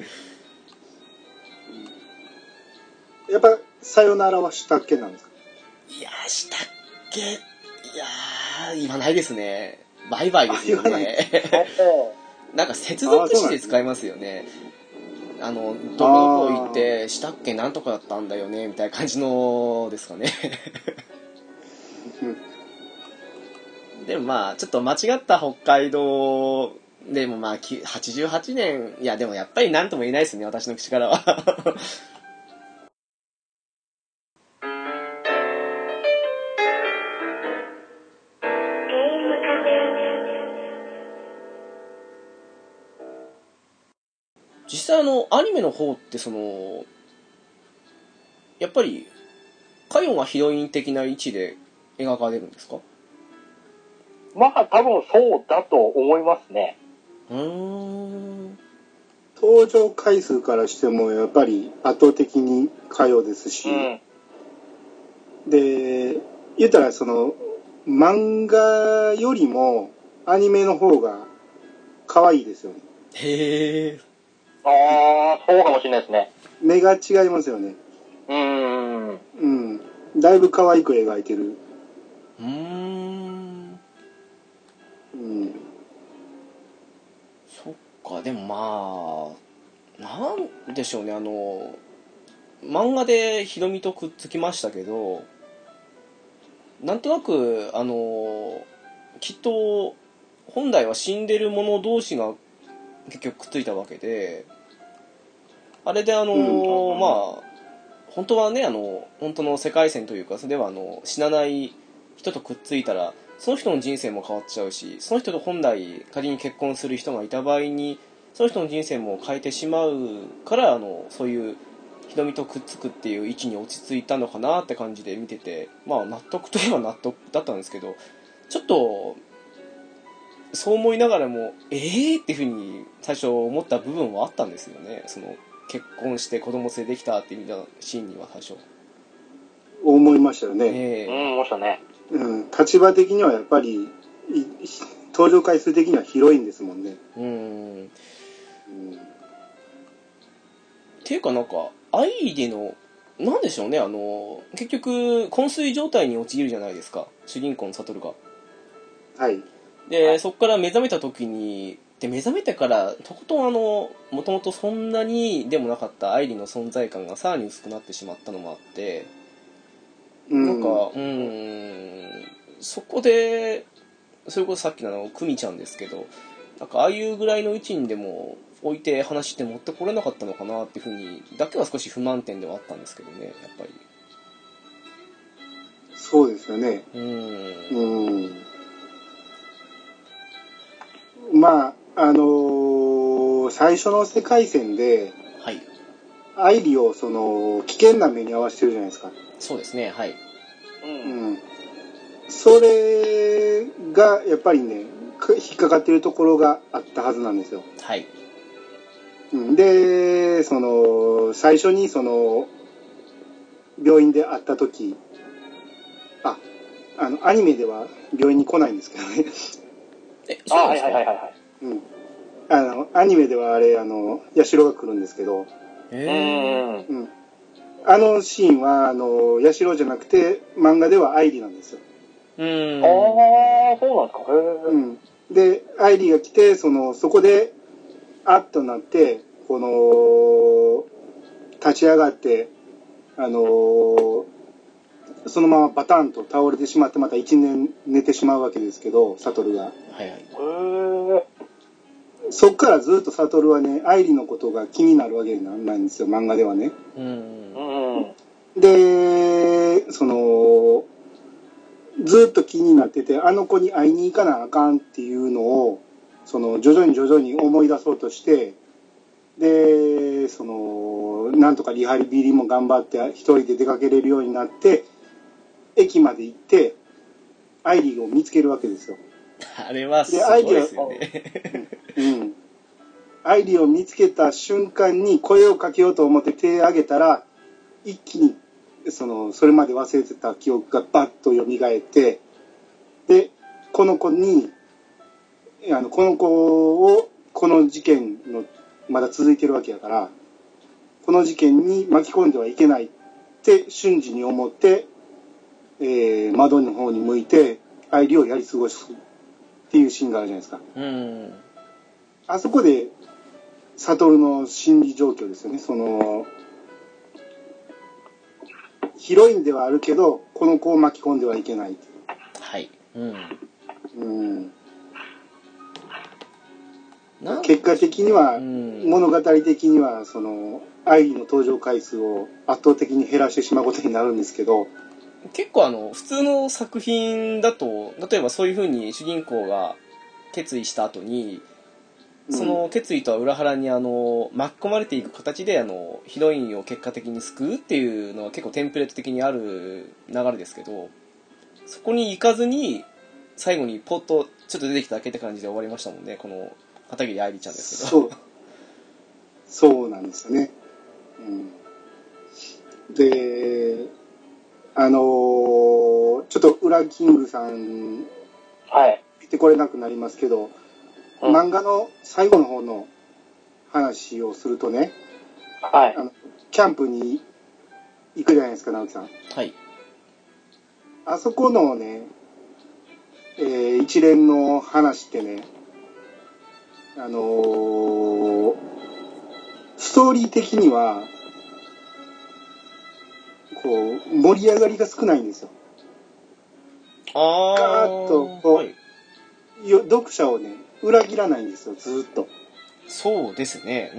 [SPEAKER 3] やっぱ、さよならはしたっけなんですか
[SPEAKER 1] いやーしたっけいやー言わないですねバイバイですよ
[SPEAKER 3] あ言わな
[SPEAKER 1] ね なんか接続詞で使いますよねあのどこどこ行ってしたっけなんとかだったんだよねみたいな感じのですかねでもまあちょっと間違った北海道でもまあき88年いやでもやっぱり何とも言えないですね私の口からは実際あのアニメの方ってそのやっぱりカヨンはヒロイン的な位置で描かれるんですか
[SPEAKER 2] まあ、多分そうだと思いますね。
[SPEAKER 1] うーん
[SPEAKER 3] 登場回数からしても、やっぱり圧倒的にかよですし、
[SPEAKER 2] うん。
[SPEAKER 3] で、言ったら、その、漫画よりも、アニメの方が、可愛いですよね。
[SPEAKER 1] へえ
[SPEAKER 2] ああ、そうかもしれないですね。
[SPEAKER 3] 目が違いますよね。
[SPEAKER 2] うーん。
[SPEAKER 3] うん。だいぶ可愛く描いてる。
[SPEAKER 1] うーん
[SPEAKER 3] うん。
[SPEAKER 1] そっかでもまあなんでしょうねあの漫画でヒロミとくっつきましたけどなんとなくあのきっと本来は死んでる者同士が結局くっついたわけであれであの、
[SPEAKER 3] うん
[SPEAKER 1] まあ本当はねあの本当の世界線というかそれではあの死なない人とくっついたらその人の人生も変わっちゃうしその人と本来仮に結婚する人がいた場合にその人の人生も変えてしまうからあのそういうひどみとくっつくっていう位置に落ち着いたのかなって感じで見ててまあ納得といえば納得だったんですけどちょっとそう思いながらもええー、っていうふうに最初思った部分はあったんですよねその結婚して子供連れてきたっていうようなシーンには最初。
[SPEAKER 3] 思いましたよね。
[SPEAKER 1] え
[SPEAKER 2] う
[SPEAKER 1] え
[SPEAKER 2] ん、もしたね。
[SPEAKER 3] うん。立場的にはやっぱり、い登場回数的には広いんですもんね。
[SPEAKER 1] うん
[SPEAKER 3] うん。
[SPEAKER 1] っていうかなんか愛でのなんでしょうねあの結局昏睡状態に陥るじゃないですか主人公の悟が
[SPEAKER 3] はい。
[SPEAKER 1] で、
[SPEAKER 2] はい
[SPEAKER 1] そこから目覚めた時にで目覚めてからとことんあのもともとそんなにでもなかった愛理の存在感がさらに薄くなってしまったのもあって、
[SPEAKER 3] う
[SPEAKER 1] なんかうーんそこでそれこそさっきのあの久美ちゃんですけどなんかああいうぐらいの位置にでも置いて話って持ってこれなかったのかなっていうふうにだけは少し不満点ではあったんですけどねやっぱり
[SPEAKER 3] そうですよね。
[SPEAKER 1] うーん
[SPEAKER 3] うん。まあ、あのーの、最初の世界線で、
[SPEAKER 1] はい。
[SPEAKER 3] アイリを、その、危険な目に遭わせてるじゃないですか。
[SPEAKER 1] そうですね、はい。
[SPEAKER 2] うん。
[SPEAKER 3] うん。それが、やっぱりね、く引っかかってるところがあったはずなんですよ。
[SPEAKER 1] はい。
[SPEAKER 3] うんで、その、最初にその、病院で会った時、あ、あの、アニメでは病院に来ないんですけどね。
[SPEAKER 1] え、
[SPEAKER 2] あ、
[SPEAKER 1] そうなん
[SPEAKER 2] は
[SPEAKER 1] で
[SPEAKER 2] い
[SPEAKER 1] すか
[SPEAKER 2] はいはいはいはい。
[SPEAKER 3] うん。あの、アニメではあれ、あの、ヤシロが来るんですけど、
[SPEAKER 1] へー
[SPEAKER 2] うん。
[SPEAKER 3] うん。あのシーンは、あの、ヤシロじゃなくて、漫画ではアイリなんですよ。
[SPEAKER 1] うーん。
[SPEAKER 2] ああ、そうなんですか。へえ。
[SPEAKER 3] うん。で、アイリが来て、その、そこで、あっとなって、この、立ち上がって、あのーそのままバタンと倒れてしまって、また一年寝てしまうわけですけど、サトルが。
[SPEAKER 1] はいはい。
[SPEAKER 2] へえ。
[SPEAKER 3] そっからずっとサトルはね、アイリのことが気になるわけなんないんですよ、漫画ではね。
[SPEAKER 1] う
[SPEAKER 2] う
[SPEAKER 1] ーん。
[SPEAKER 2] ん。
[SPEAKER 3] で、その、ずっと気になってて、あの子に会いに行かなあかんっていうのを、その、徐々に徐々に思い出そうとして、で、その、なんとかリハビリも頑張って、一人で出かけれるようになって、駅まで行って、アイリーを見つけるわけですよ。
[SPEAKER 1] あれはすごいですよね。
[SPEAKER 3] うん。アイリーを見つけた瞬間に声をかけようと思って手を挙げたら、一気に、その、それまで忘れてた記憶がバッと蘇って、で、この子に、あの、この子を、この事件の、まだ続いてるわけやから、この事件に巻き込んではいけないって瞬時に思って、えー、窓の方に向いて、アイリーをやり過ごすっていうシーンがあるじゃないですか。
[SPEAKER 1] うーん。
[SPEAKER 3] あそこで、悟の心理状況ですよね。その、ヒロインではあるけど、この子を巻き込んではいけない。
[SPEAKER 1] はい。うん。
[SPEAKER 3] うん、
[SPEAKER 1] なん
[SPEAKER 3] 結果的に
[SPEAKER 1] う
[SPEAKER 3] は、
[SPEAKER 1] ん。
[SPEAKER 3] 物語的には、その、愛理の登場回数を圧倒的に減らしてしまうことになるんですけど、
[SPEAKER 1] 結構あの普通の作品だと例えばそういう風に主人公が決意した後に
[SPEAKER 3] うん
[SPEAKER 1] その決意とは裏腹にあの巻き込まれていく形であのヒロインを結果的に救うっていうのは結構テンプレート的にある流れですけどそこに行かずに最後にポッとちょっと出てきただけって感じで終わりましたもんねこの片桐愛理ちゃんですけど
[SPEAKER 3] そう。そうなんですよね。うん、で、あのーちょっと裏キングさん
[SPEAKER 2] はい。
[SPEAKER 3] 出てこれなくなりますけど、
[SPEAKER 2] うん
[SPEAKER 3] 漫画の最後の方の話をするとね、
[SPEAKER 2] はい。
[SPEAKER 3] キャンプに行くじゃないですか、直樹さん。
[SPEAKER 1] はい
[SPEAKER 3] あそこのね、えー一連の話ってね、あのーストーリー的には、こう、盛り上がりが少ないんですよ。
[SPEAKER 1] あー
[SPEAKER 3] ガーッとこう
[SPEAKER 1] はい
[SPEAKER 3] よ読者をね、裏切らないんですよ、ずーっと。
[SPEAKER 1] そうですね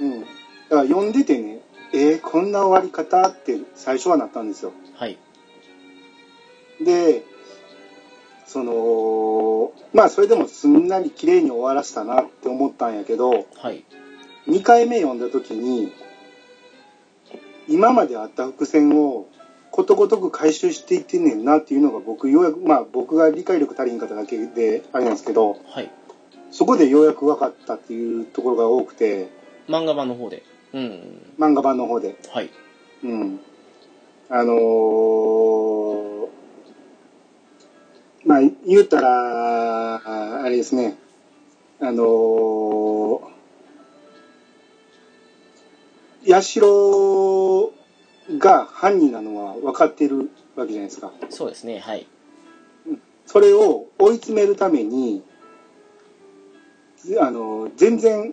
[SPEAKER 1] うん
[SPEAKER 3] うん。だから読んでてね、えーこんな終わり方って最初はなったんですよ。
[SPEAKER 1] はい
[SPEAKER 3] で、その、まあそれでもすんなり綺麗に終わらせたなって思ったんやけど、
[SPEAKER 1] はい
[SPEAKER 3] 2回目読んだ時に、今まであった伏線をことごとく回収していってんねんなっていうのが僕、ようやく、まあ僕が理解力足りひんかっただけであれなんですけど、
[SPEAKER 1] はい
[SPEAKER 3] そこでようやく分かったっていうところが多くて、
[SPEAKER 1] 漫画版の方でうん
[SPEAKER 3] 漫画版の方で。
[SPEAKER 1] はい。
[SPEAKER 3] うんあのーまあ、言うたら、ああれですね、あのー、ヤシロが犯人なのは分かってるわけじゃないですか。
[SPEAKER 1] そうですね。はい。
[SPEAKER 3] それを追い詰めるために、あの、全然、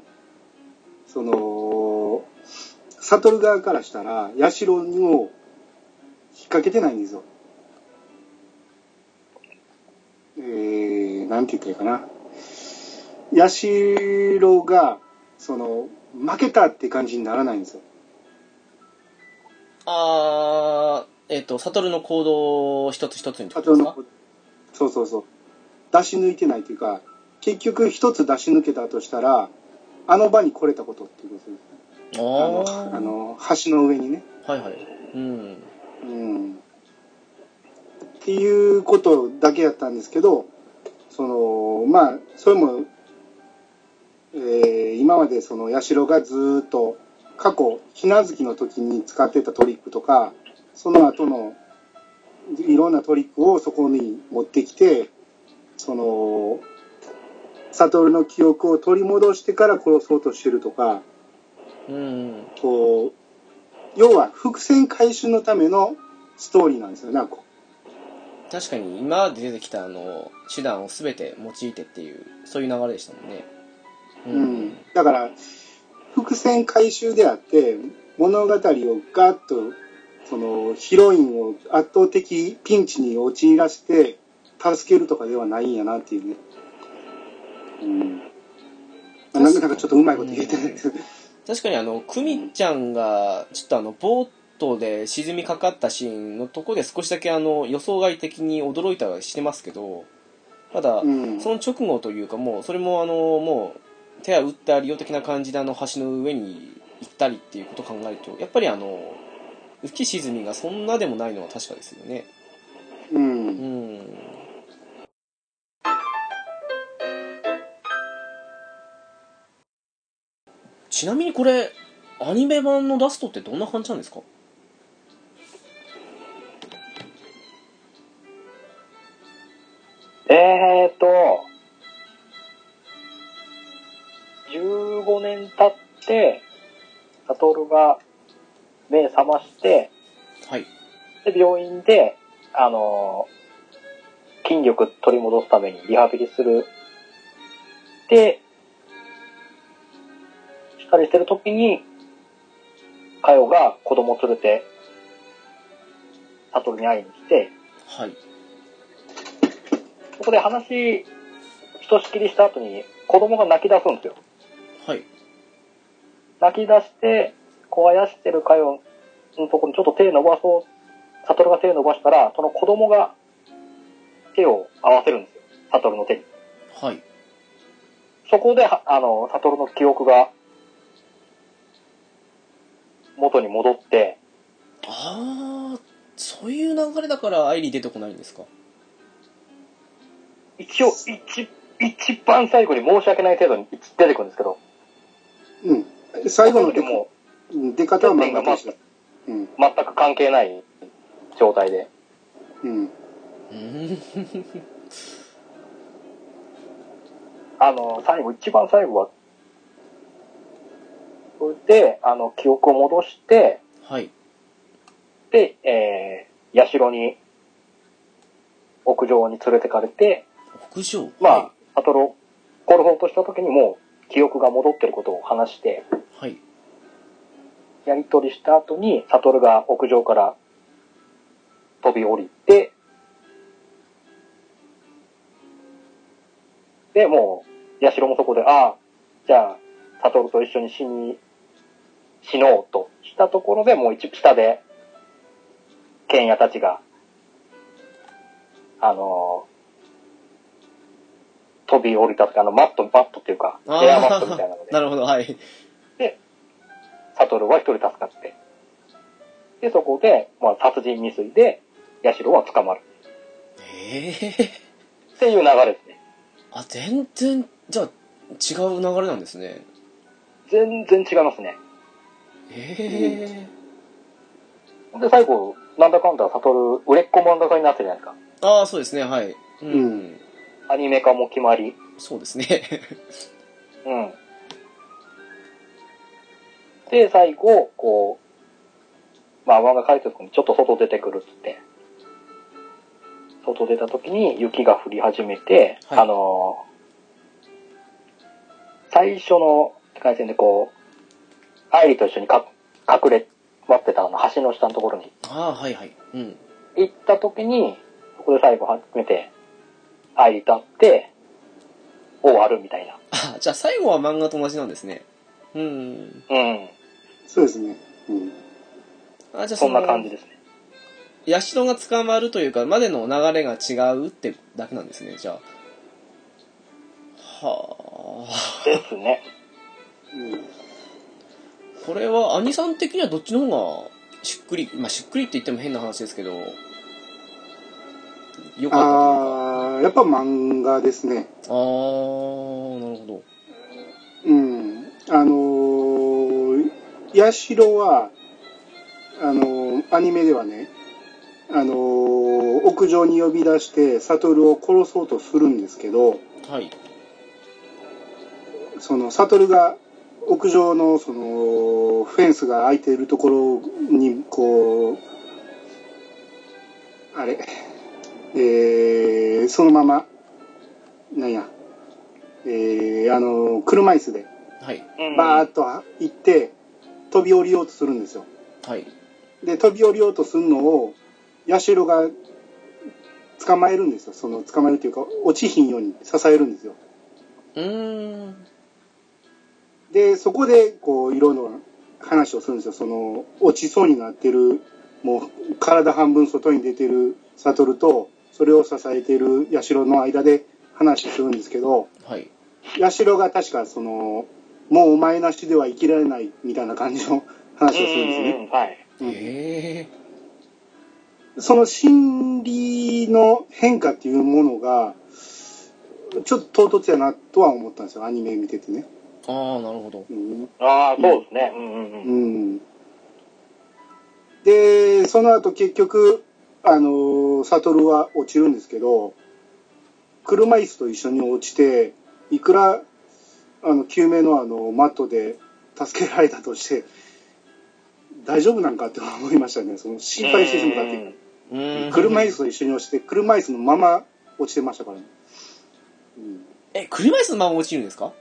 [SPEAKER 3] その、悟る側からしたら、八代を引っ掛けてないんですよ。えー、なんて言ったらいいかな。八代が、その、負けたって感じにならないんですよ。
[SPEAKER 1] あー、えっ、と、サトルの行動一つ一つにってこ
[SPEAKER 3] 悟
[SPEAKER 1] とです
[SPEAKER 3] の
[SPEAKER 1] か
[SPEAKER 3] ことそうそうそう。出し抜いてないというか、結局一つ出し抜けたとしたら、あの場に来れたことっていうことですね。
[SPEAKER 1] あ
[SPEAKER 3] あの
[SPEAKER 1] あ
[SPEAKER 3] あの橋の上にね、
[SPEAKER 1] はいはいうん
[SPEAKER 3] うん。っていうことだけやったんですけどそのまあそれも、えー今までその社がずーっと過去ひな月の時に使ってたトリックとかその後のいろんなトリックをそこに持ってきてその悟の記憶を取り戻してから殺そうとしてるとか。
[SPEAKER 1] うん
[SPEAKER 3] こう、要は伏線回収のためのストーリーなんですよね、なんかこ
[SPEAKER 1] 確かに今まで出てきたあの手段を全て用いてっていうそういう流れでしたもんねう
[SPEAKER 3] ううん。だから、伏線回収であって、物語をガッと、その、ヒロインを圧倒的ピンチに陥らせて、助けるとかではないんやなっていうね。うん。まあなんかなんかちょっとうまいこと言えてないですけど。
[SPEAKER 1] 確かにあのクミちゃんがちょっとあのボートで沈みかかったシーンのとこで少しだけあの予想外的に驚いたりしてますけどただ、
[SPEAKER 3] うん
[SPEAKER 1] その直後というかもうそれもあのもう手は打った利用的な感じであの橋の上に行ったりっていうことを考えるとやっぱりあの浮き沈みがそんなでもないのは確かですよね
[SPEAKER 3] うん
[SPEAKER 1] う。んちなみにこれアニメ版のラストってどんな感じなんですか
[SPEAKER 2] えーと、15年経って、サトルが目覚まして、
[SPEAKER 1] はい
[SPEAKER 2] で、病院で、あのー筋力取り戻すためにリハビリする。で、したりしてる時に、カヨが子供連れて、サトルに会いに来て、
[SPEAKER 1] はい
[SPEAKER 2] そこで話、ひとしきりした後に、子供が泣き出すんですよ。
[SPEAKER 1] はい
[SPEAKER 2] 泣き出して、こうやしてるかよのところにちょっと手伸ばそう。サトルが手伸ばしたら、その子供が手を合わせるんですよ。サトルの手に。
[SPEAKER 1] はい
[SPEAKER 2] そこで、はあの、サトルの記憶が元に戻って、
[SPEAKER 1] ああそういう流れだから愛理出てこないんですか
[SPEAKER 2] 一応、一、一番最後に申し訳ない程度に一出てくるんですけど、
[SPEAKER 3] うん。最後の
[SPEAKER 2] そ
[SPEAKER 3] 出
[SPEAKER 2] 時も
[SPEAKER 3] うん出方は漫画と一緒だ。うん。
[SPEAKER 2] う全く関係ない状態で。
[SPEAKER 3] うん。
[SPEAKER 1] うーん
[SPEAKER 2] あの、最後、一番最後は、それで、あの、記憶を戻して、
[SPEAKER 1] はい
[SPEAKER 2] で、えー、社に、屋上に連れてかれて、
[SPEAKER 1] 屋上
[SPEAKER 2] まあ、
[SPEAKER 1] は
[SPEAKER 2] サトルを殺そうとした時にもう、記憶が戻ってることを話して、
[SPEAKER 1] いはい
[SPEAKER 2] やり取りした後に、サトルが屋上から飛び降りて、で、もう、ヤシロもそこで、ああ、じゃあ、サトルと一緒に死に、死のうとしたところで、もう一、下で、剣也たちが、あのー飛び降りたとか、あの、マット、マットっていうか、エアマットみた いなので
[SPEAKER 1] ー、なるほどはい
[SPEAKER 2] サトルは一人助かって。で、そこで、まあ、殺人未遂で、ヤシロは捕まる。
[SPEAKER 1] ええ
[SPEAKER 2] っていう流れですね。
[SPEAKER 1] あ全然じゃあ違う流れなんですね
[SPEAKER 2] 全然違いますね。
[SPEAKER 1] ええ
[SPEAKER 2] で、最後、なんだかんだサトル、売れっ子漫画家になってるじゃないで
[SPEAKER 1] ああそうですねはいうん、
[SPEAKER 3] うん
[SPEAKER 2] すか。アニメ化も決まり。
[SPEAKER 1] そうですね
[SPEAKER 2] うん。で、最後、こう、まあ、漫画描いてる時にちょっと外出てくるっつって。外出た時に雪が降り始めて、
[SPEAKER 1] はい
[SPEAKER 2] あのー最初の世界戦でこう、アイリと一緒にか隠れ、待ってたあの橋の下のところに
[SPEAKER 1] ああはいはいうん
[SPEAKER 2] 行った時に、そこで最後初めて、愛に立って、終わるみたいな。
[SPEAKER 1] あじゃあ最後は漫画と同じなんですねうん
[SPEAKER 2] うん。
[SPEAKER 3] そうですね。うん。
[SPEAKER 1] あじゃあ
[SPEAKER 2] そんな感じ
[SPEAKER 1] で
[SPEAKER 2] ですね。
[SPEAKER 1] ヤシロが捕まるというかまでの流れが違うってだけなんですねじゃあはあ
[SPEAKER 2] ですね。
[SPEAKER 1] これは兄さん的にはどっちの方がしっくり、まあ、しっくりって言っても変な話ですけどよ
[SPEAKER 3] あ
[SPEAKER 1] かっ
[SPEAKER 3] あーやっぱ漫画ですね。
[SPEAKER 1] たというかあーなるほど
[SPEAKER 3] うん。あのー、ヤシロは、あのーアニメではね、あのー屋上に呼び出して、サトルを殺そうとするんですけど、
[SPEAKER 1] はい
[SPEAKER 3] その、サトルが、屋上の、その、フェンスが開いているところに、こう、あれ、えー、そのまま、なんや、えー、あの、車椅子で、
[SPEAKER 1] はい
[SPEAKER 2] うん
[SPEAKER 3] バーッと行って、飛び降りようとするんですよ。
[SPEAKER 1] はい
[SPEAKER 3] で、飛び降りようとするのを、ヤシロが捕まえるんですよ。その、捕まえるというか、落ちひんように支えるんですよ。
[SPEAKER 1] うーん
[SPEAKER 3] で、そこで、こう、いろいろ話をするんですよ。その、落ちそうになってる、もう、体半分外に出てるサトルと、それを支えてるヤシロの間で話をするんですけど、
[SPEAKER 1] はい
[SPEAKER 3] ヤシロが確か、その、もうお前なしでは生きられない、みたいな感じの話をするんです
[SPEAKER 2] う
[SPEAKER 3] ね。
[SPEAKER 2] んはい。
[SPEAKER 3] うん
[SPEAKER 1] ええ
[SPEAKER 3] その心理の変化っていうものが、ちょっと唐突やなとは思ったんですよ、アニメ見ててね。
[SPEAKER 1] ああなるほど
[SPEAKER 3] うん
[SPEAKER 2] ああ、そうですね。うんうんうん。
[SPEAKER 3] うんで、その後結局、あのーサトルは落ちるんですけど、車椅子と一緒に落ちて、いくら、あの、救命のあの、マットで助けられたとして、大丈夫なんかって思いましたね。その、心配してしまったっていうか
[SPEAKER 1] うーん
[SPEAKER 3] 車椅子と一緒に落ちて、車椅子のまま落ちてましたからね。うん。
[SPEAKER 1] え車椅子のまま落ちるんですか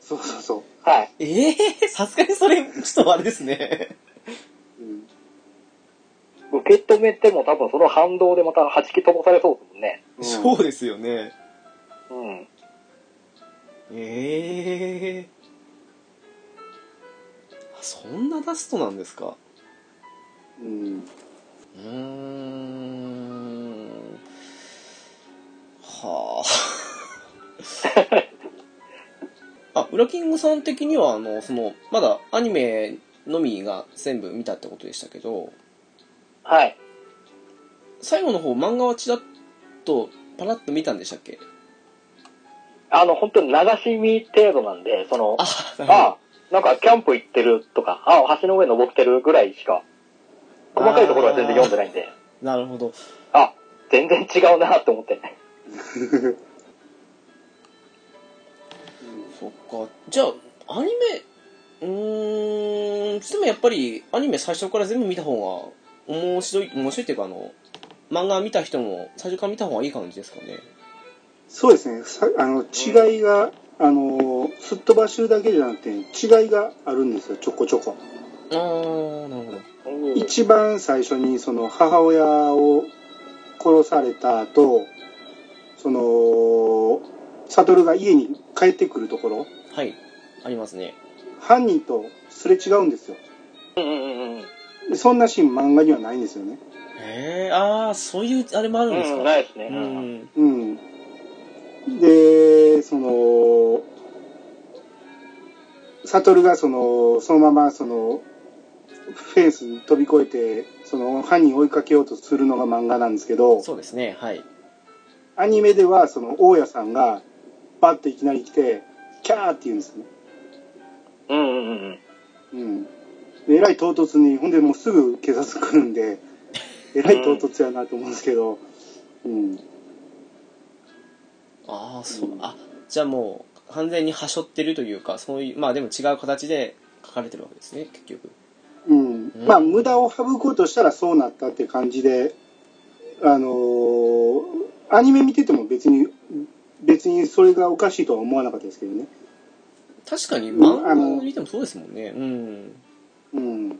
[SPEAKER 3] そうそうそう。
[SPEAKER 2] はい。
[SPEAKER 1] ええさすがにそれちょっとあれですね
[SPEAKER 3] うん
[SPEAKER 2] 受け止めても多分その反動でまた弾き飛ばされそうですも
[SPEAKER 1] そ
[SPEAKER 2] んね。
[SPEAKER 1] うですよね
[SPEAKER 2] うん。
[SPEAKER 1] ええそんなダストなんですか
[SPEAKER 3] うん。
[SPEAKER 1] うーんは ああウラキングさん的にはあのそのまだアニメのみが全部見たってことでしたけど
[SPEAKER 2] はい。
[SPEAKER 1] 最後の方漫画はちらっとパラッと見たんでしたっけ
[SPEAKER 2] あの、本当に流し見程度なんで、その、
[SPEAKER 1] あ
[SPEAKER 2] あ
[SPEAKER 1] なるほど
[SPEAKER 2] あ、なんかキャンプ行ってるとか、ああ、橋の上登ってるぐらいしか、細かいところは全然読んでないんで、
[SPEAKER 1] なるほど
[SPEAKER 2] あ全然違うなと思って。
[SPEAKER 1] そっかじゃあアニメうーんでもやっぱりアニメ最初から全部見た方が面白い面白いっていうかあの漫画見た人も最初から見た方がいい感じですかね
[SPEAKER 3] そうですね。さあの違いが、あのすっ飛ばしてるだけじゃなくて違いがあるんですよ。ちょこちょこ。
[SPEAKER 1] あーなるほど
[SPEAKER 2] うん
[SPEAKER 3] 一番最初にその母親を殺された後、そのサトルが家に帰ってくるところ、
[SPEAKER 1] はいありますね
[SPEAKER 3] 犯人とすれ違うんですよ。
[SPEAKER 2] うんうんうん。
[SPEAKER 3] でそんなシーン漫画にはないんですよね。
[SPEAKER 1] へえああそういうあれもあるんですか
[SPEAKER 2] うん、ないですね。
[SPEAKER 1] う
[SPEAKER 2] うん
[SPEAKER 1] ん
[SPEAKER 3] うん。で、その、サトルがその、そのままその、フェンスに飛び越えて、その犯人を追いかけようとするのが漫画なんですけど、
[SPEAKER 1] そうですねはい
[SPEAKER 3] アニメではその大家さんが、バッといきなり来て、キャーって言うんですね。
[SPEAKER 2] うんうんうん。
[SPEAKER 3] うん。でえらい唐突に、ほんでもうすぐ警察来るんで、えらい唐突やなと思うんですけど、うん。
[SPEAKER 1] ああそうあじゃあもう完全にはしょってるというかそういうまあでも違う形で書かれてるわけですね結局
[SPEAKER 3] うん、まあ無駄を省こうとしたらそうなったって感じであのーアニメ見てても別に別にそれがおかしいとは思わなかったですけどね
[SPEAKER 1] 確かに
[SPEAKER 3] うん
[SPEAKER 1] 漫画
[SPEAKER 3] あの
[SPEAKER 1] 見てもそうですもんねうん
[SPEAKER 3] うん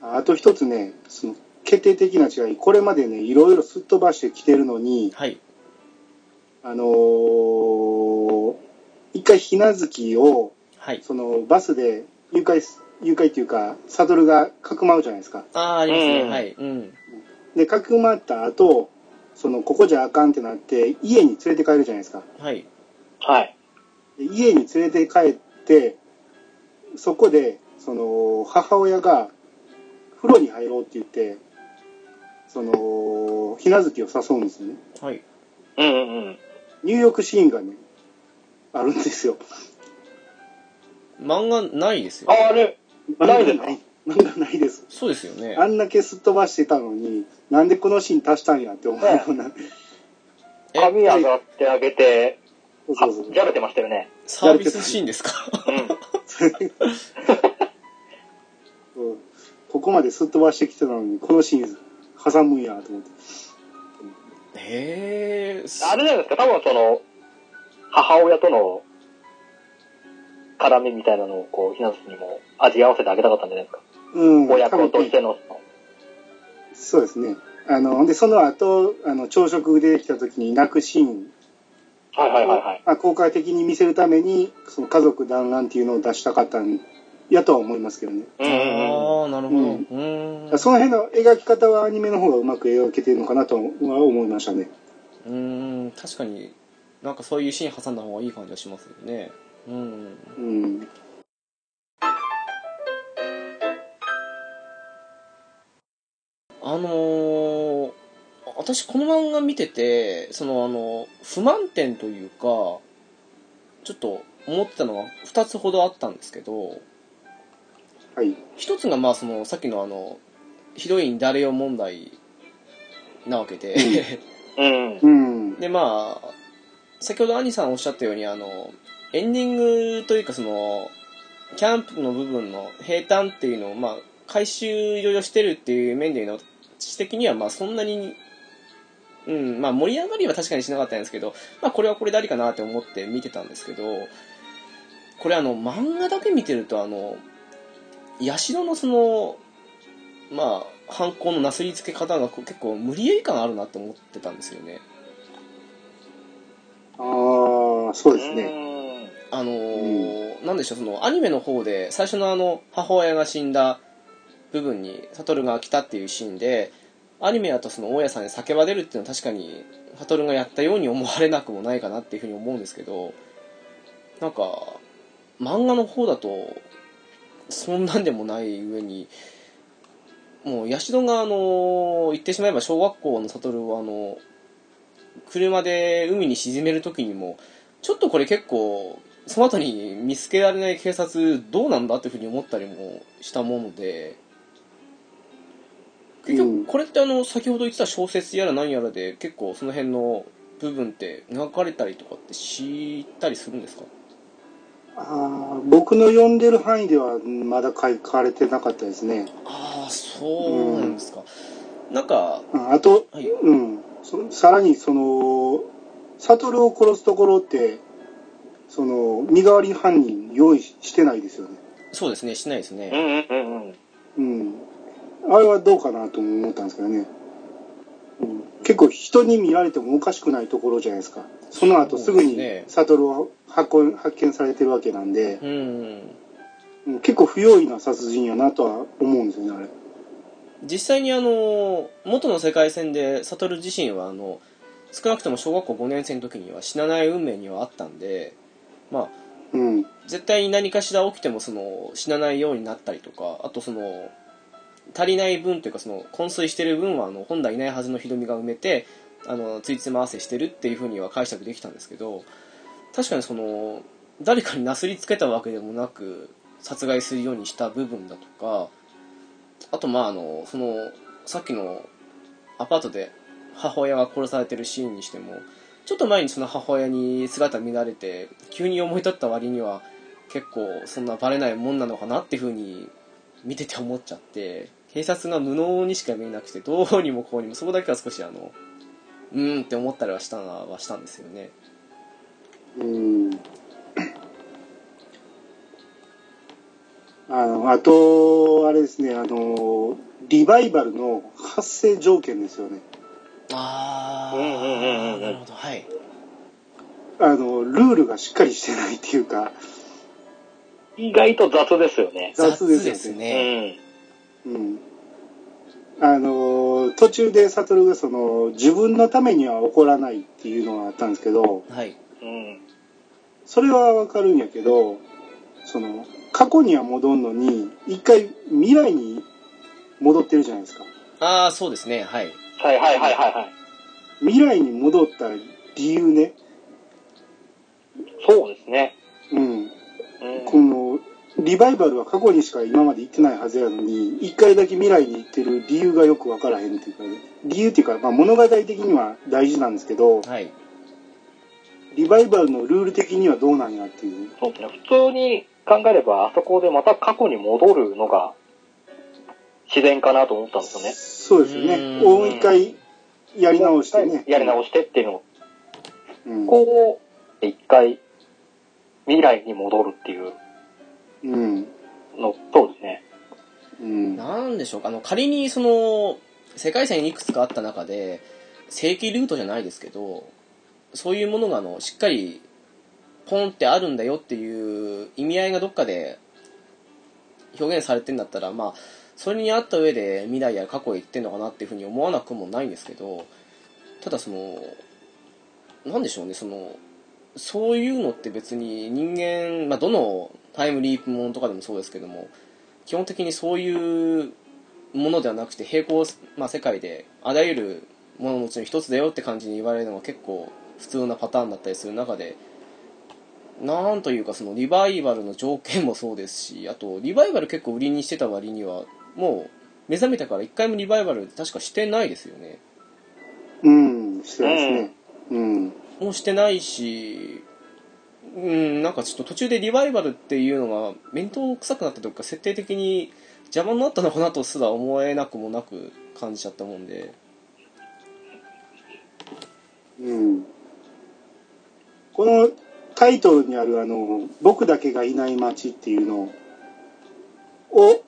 [SPEAKER 3] あと一つねその決定的な違いこれまでねいろいろすっ飛ばしてきてるのに
[SPEAKER 1] はい
[SPEAKER 3] あのー一回ひなずきを
[SPEAKER 1] はい
[SPEAKER 3] そのバスで誘拐す誘拐っていうかサドルがかくまうじゃないですか
[SPEAKER 1] ああありますね、
[SPEAKER 2] うん
[SPEAKER 1] はいうん
[SPEAKER 3] で、かくまった後、その、ここじゃあかんってなって、家に連れて帰るじゃないですか。
[SPEAKER 1] はい
[SPEAKER 2] はい。
[SPEAKER 3] で家に連れて帰って、そこで、その、母親が、風呂に入ろうって言って、その、ひなずきを誘うんですよね。
[SPEAKER 1] はい。
[SPEAKER 2] うんうんうん。
[SPEAKER 3] 入浴シーンがね、あるんですよ。
[SPEAKER 1] 漫画ないですよ
[SPEAKER 2] あ。あれ、 ない ですか
[SPEAKER 3] 漫画ない漫画ないです。
[SPEAKER 1] そうですよね。
[SPEAKER 3] あんだけすっ飛ばしてたのに、なんでこのシーン足したんやって思うような。
[SPEAKER 1] え
[SPEAKER 2] 髪上がってあげて、
[SPEAKER 3] そう
[SPEAKER 2] あ
[SPEAKER 3] そうそう
[SPEAKER 2] じゃれてましたよね。
[SPEAKER 1] サービスシーンですか
[SPEAKER 2] うん。
[SPEAKER 3] うんここまですっ飛ばしてきてたのに、このシーン挟むんやと思って。
[SPEAKER 1] へえ。
[SPEAKER 2] あれじゃないですか、多分その、母親との絡みみたいなのを、こう、ひなずきにも味合わせてあげたかったんじゃないですか。
[SPEAKER 3] うん。
[SPEAKER 2] 親子としての。
[SPEAKER 3] そうですね。あの、で、その後、あの、朝食出てきた時に泣くシーン、
[SPEAKER 2] はいはいはいはい。
[SPEAKER 3] まあ、公開的に見せるために、その家族団らんっていうのを出したかったんやとは思いますけどね。
[SPEAKER 2] う
[SPEAKER 1] あ
[SPEAKER 2] んうんうん。
[SPEAKER 1] ー、なるほど。
[SPEAKER 3] う
[SPEAKER 1] うんーん。
[SPEAKER 3] その辺の描き方はアニメの方がうまく描けてるのかなとは思いましたね。
[SPEAKER 1] うーん確かになんかそういうシーン挟んだ方がいい感じがしますよねうん
[SPEAKER 3] うん。
[SPEAKER 1] あのー私この漫画見ててそのあの不満点というかちょっと思ってたのが2つほどあったんですけど
[SPEAKER 3] はい。
[SPEAKER 1] 1つがまあそのさっきのあのヒロイン誰よ問題なわけで、
[SPEAKER 2] うんうん。
[SPEAKER 3] うん。
[SPEAKER 1] でまあ先ほど兄さんおっしゃったようにあのエンディングというかそのキャンプの部分の平坦っていうのをまあ回収いろいろしてるっていう面での知的にはまあそんなにうんまあ盛り上がりは確かにしなかったんですけどまあこれはこれでありかなって思って見てたんですけどこれあの漫画だけ見てるとあの社のそのまあ犯行のなすりつけ方がこう結構無理やり感あるなって思ってたんですよね
[SPEAKER 3] ああ、そうですね。
[SPEAKER 2] ね。
[SPEAKER 1] あのーなんでしょうそのアニメの方で最初のあの母親が死んだ部分に悟が来たっていうシーンでアニメだとその大家さんに叫ばれるっていうのは確かに悟がやったように思われなくもないかなっていうふうに思うんですけどなんか漫画の方だとそんなんでもない上にもうヤシドがあのー言ってしまえば小学校の悟をあの車で海に沈める時にもちょっとこれ結構その後に見つけられない警察どうなんだっていうふうに思ったりもしたもので結
[SPEAKER 3] うん
[SPEAKER 1] 局これってあの先ほど言ってた小説やら何やらで結構その辺の部分って描かれたりとかって知ったりするんですか
[SPEAKER 3] ああ、僕の読んでる範囲ではまだ書かれてなかったですね。
[SPEAKER 1] ああそうなんですか、なんか
[SPEAKER 3] ああと、
[SPEAKER 1] はい
[SPEAKER 3] うん、そさらにその、悟を殺すところって、その、身代わり犯人用意ししてないですよね。
[SPEAKER 1] そうですねしないです
[SPEAKER 2] う
[SPEAKER 1] ね、
[SPEAKER 2] んうんうんうん。
[SPEAKER 3] うん。あれはどうかなとも思ったんですけどね。うん、結構人に見られてもおかしくないところじゃないですか。その後すぐ
[SPEAKER 1] そう
[SPEAKER 3] に
[SPEAKER 1] ですね
[SPEAKER 3] 悟を発見発見されてるわけなんで、
[SPEAKER 1] うん
[SPEAKER 3] うん結構不用意な殺人やなとは思うんですよね、あれ。
[SPEAKER 1] 実際にあの元の世界線で悟自身はあの少なくとも小学校5年生の時には死なない運命にはあったんでまあ
[SPEAKER 3] うん。
[SPEAKER 1] 絶対に何かしら起きてもその死なないようになったりとかあとその足りない分というかその昏睡してる分はあの本来いないはずのひどみが埋めてあのついつま汗してるっていうふうには解釈できたんですけど確かにその誰かになすりつけたわけでもなく殺害するようにした部分だとかあとまああのそのさっきのアパートで母親が殺されてるシーンにしてもちょっと前にその母親に姿見られて急に思い立った割には結構そんなバレないもんなのかなっていうふうに見てて思っちゃって警察が無能にしか見えなくてどうにもこうにもそこだけは少しあのうーんって思ったりはしたのはしたんですよね
[SPEAKER 3] うんあの、あと、あれですね、あの、リバイバルの発生条件ですよね。
[SPEAKER 1] あ
[SPEAKER 2] ーうんうんうんうんうんなるほ
[SPEAKER 1] どはい
[SPEAKER 3] あの、ルールがしっかりしてないっていうか、
[SPEAKER 2] 意外と雑ですよね。
[SPEAKER 1] 雑
[SPEAKER 3] 雑
[SPEAKER 1] で
[SPEAKER 3] ですすよね
[SPEAKER 2] う
[SPEAKER 1] ね
[SPEAKER 2] ん。
[SPEAKER 3] うん。あの、途中で悟がその、自分のためには怒らないっていうのがあったんですけど、
[SPEAKER 1] はい
[SPEAKER 2] うん。
[SPEAKER 3] それはわかるんやけど、その、過去には戻んのに、一回未来に戻ってるじゃないですか。
[SPEAKER 1] ああ、そうですね、はい。
[SPEAKER 2] はいはいはいはいはい。
[SPEAKER 3] 未来に戻った理由ね、
[SPEAKER 2] そうですね。
[SPEAKER 3] うん、
[SPEAKER 2] うん。
[SPEAKER 3] この、リバイバルは過去にしか今まで行ってないはずやのに、一回だけ未来に行ってる理由がよくわからへんっていうか、理由っていうか、まあ物語的には大事なんですけど、
[SPEAKER 1] はい。
[SPEAKER 3] リバイバルのルール的にはどうなんやっていう。
[SPEAKER 2] そうですね。普通に考えれば、あそこでまた過去に戻るのが自然かなと思ったんですよね。
[SPEAKER 3] そうですよね。
[SPEAKER 1] うん
[SPEAKER 3] もう一回やり直してね。
[SPEAKER 2] やり直してっていうのを、
[SPEAKER 3] うん
[SPEAKER 2] こう、一回未来に戻るっていう
[SPEAKER 3] うん。
[SPEAKER 2] の、そうですね。
[SPEAKER 3] うん。
[SPEAKER 1] なんでしょうか、あの、仮にその、世界線いくつかあった中で、正規ルートじゃないですけど、そういうものが、あの、しっかり、ポンってあるんだよっていう意味合いがどっかで表現されてんだったら、まあ、それに合った上で未来や過去へ行ってんのかなっていうふうに思わなくもないんですけど、ただその、なんでしょうね、その、そういうのって別に人間、まあ、どのタイムリープものとかでもそうですけども、基本的にそういうものではなくて平行、まあ、世界であらゆるもののうちの一つだよって感じに言われるのが結構普通なパターンだったりする中でなんというかそのリバイバルの条件もそうですしあとリバイバル結構売りにしてた割にはもう目覚めたから一回もリバイバル確かしてないですよね
[SPEAKER 3] うん。してないですね。うん。
[SPEAKER 1] もうしてないしうんなんかちょっと途中でリバイバルっていうのが面倒くさくなったというか設定的に邪魔になったのかなとすら思えなくもなく感じちゃったもんで
[SPEAKER 3] うん。このタイトルにあるあの、僕だけがいない街っていうのを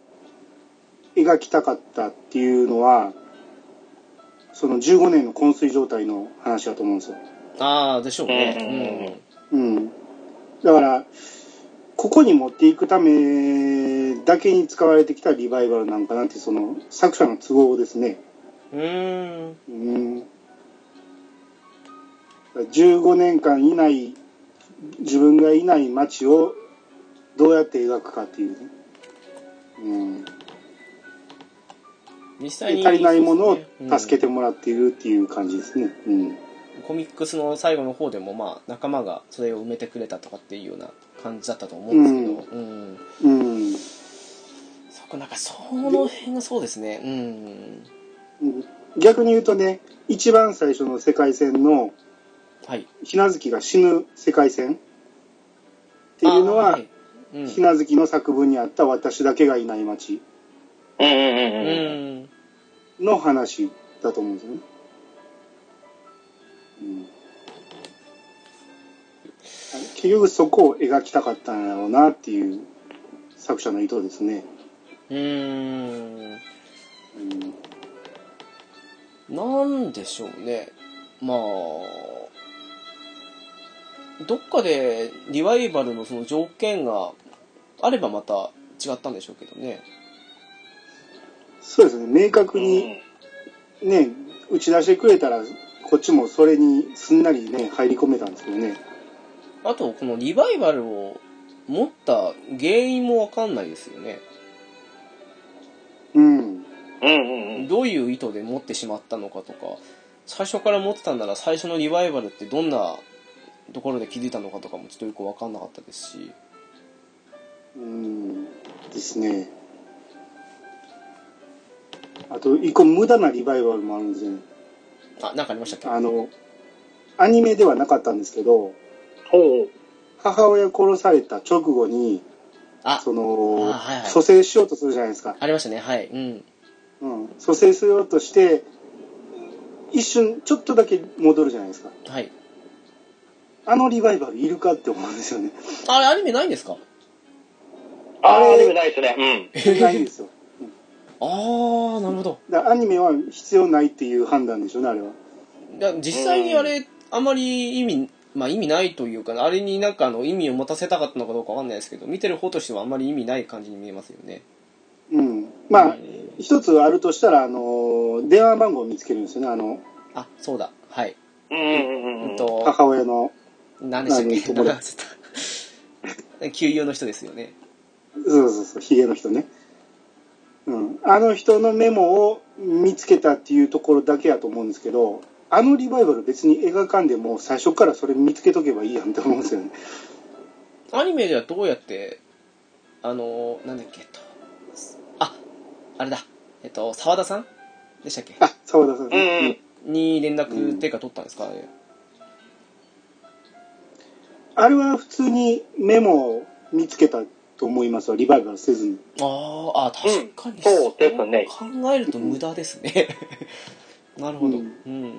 [SPEAKER 3] 描きたかったっていうのは、その15年の昏睡状態の話だと思うんですよ。
[SPEAKER 1] ああでしょう
[SPEAKER 2] うんうんうんうん
[SPEAKER 1] ね
[SPEAKER 3] うん。だから、ここに持っていくためだけに使われてきたリバイバルなんかなんて、その作者の都合ですね。
[SPEAKER 1] うんうーん
[SPEAKER 3] うん。15年間以内、自分がいない街をどうやって描くかっていうね。うん。
[SPEAKER 1] 実際に
[SPEAKER 3] 足りないものを助け
[SPEAKER 1] て、
[SPEAKER 3] てもらっているっていう感じですね。うん。
[SPEAKER 1] うんコミックスの最後の方でもまあ仲間がそれを埋めてくれたとかっていうような感じだったと思うんですけどうん、
[SPEAKER 3] うん。
[SPEAKER 1] そこなんかその辺がそうですねうん
[SPEAKER 3] 逆に言うとね、一番最初の世界線の
[SPEAKER 1] はいっ
[SPEAKER 3] ひなずきが死ぬ世界線っていうのは、
[SPEAKER 1] うん
[SPEAKER 3] ひなずきの作文にあった私だけがいない街
[SPEAKER 2] うんうんう
[SPEAKER 1] うん
[SPEAKER 2] うん。
[SPEAKER 1] ん
[SPEAKER 3] の話だと思うんですよね。うん結局そこを描きたかったんだろうなっていう作者の意図ですね。
[SPEAKER 1] うーん
[SPEAKER 3] うん
[SPEAKER 1] なんでしょうね。まあ、どっかでリバイバルのその条件があればまた違ったんでしょうけどね。
[SPEAKER 3] そうですね、明確にね、打ち出してくれたら、こっちもそれにすんなりね、入り込めたんですけどね。
[SPEAKER 1] あと、このリバイバルを持った原因もわかんないですよね。
[SPEAKER 3] う
[SPEAKER 2] う
[SPEAKER 3] ん。
[SPEAKER 2] んうんうん。
[SPEAKER 1] どういう意図で持ってしまったのかとか、最初から持ってたんなら最初のリバイバルってどんなところで気づいたのかとかもちょっとよくわかんなかったですし。
[SPEAKER 3] うんですね。あと、一個無駄なリバイバルもあるんですよね。
[SPEAKER 1] あ、なんかありましたっけ
[SPEAKER 3] あの、アニメではなかったんですけど、
[SPEAKER 2] ほう。
[SPEAKER 3] 母親殺された直後に、
[SPEAKER 1] あ、
[SPEAKER 3] その、
[SPEAKER 1] あはいはい
[SPEAKER 3] 蘇生しようとするじゃないですか。
[SPEAKER 1] ありましたね。はい。うん。
[SPEAKER 3] うん。蘇生しようとして、一瞬、ちょっとだけ戻るじゃないですか。
[SPEAKER 1] はい。
[SPEAKER 3] あのリバイバルいるかって思うんですよね。
[SPEAKER 1] あれ、アニメないんですか
[SPEAKER 2] あ
[SPEAKER 3] あ
[SPEAKER 2] あ、
[SPEAKER 3] れ
[SPEAKER 2] でもないですね。
[SPEAKER 3] ないんですよ。
[SPEAKER 1] あー、なるほど。
[SPEAKER 3] だからアニメは必要ないっていう判断でしょうね、あれは。
[SPEAKER 1] いや実際にあれ、あまり意味、まあ意味ないというか、あれになんかあの意味を持たせたかったのかどうかわかんないですけど、見てる方としてはあんまり意味ない感じに見えますよね。
[SPEAKER 3] うん。まあ、
[SPEAKER 1] え
[SPEAKER 3] 一つあるとしたら、あの、電話番号を見つけるんですよね、あの、
[SPEAKER 1] ーあ、そうだ。はい。
[SPEAKER 2] うん。うんうんうん
[SPEAKER 1] う
[SPEAKER 2] うんん。
[SPEAKER 1] と、
[SPEAKER 3] 母親の。
[SPEAKER 1] 何でしたっけ
[SPEAKER 3] 何友達
[SPEAKER 1] 忘れた旧友の人ですよね。
[SPEAKER 3] そうそうそう、ヒゲの人ね。うん。あの人のメモを見つけたっていうところだけやと思うんですけど、あのリバイバル別に描かんでも最初からそれ見つけとけばいいやんって思うんですよね。
[SPEAKER 1] アニメではどうやって、あのー、なんだっけ、えっと、あ、あれだ、えっと、沢田さんでしたっけ
[SPEAKER 3] あ、沢田さん。
[SPEAKER 2] うんうん。
[SPEAKER 1] に連絡っていうか取ったんですか、あれ
[SPEAKER 3] あれは普通にメモを見つけたと思いますよ、リバイバルせずに。
[SPEAKER 1] あーあ、確かに、
[SPEAKER 2] うんそうですね
[SPEAKER 1] 考えると無駄ですね。 なるほど。う
[SPEAKER 3] うんん。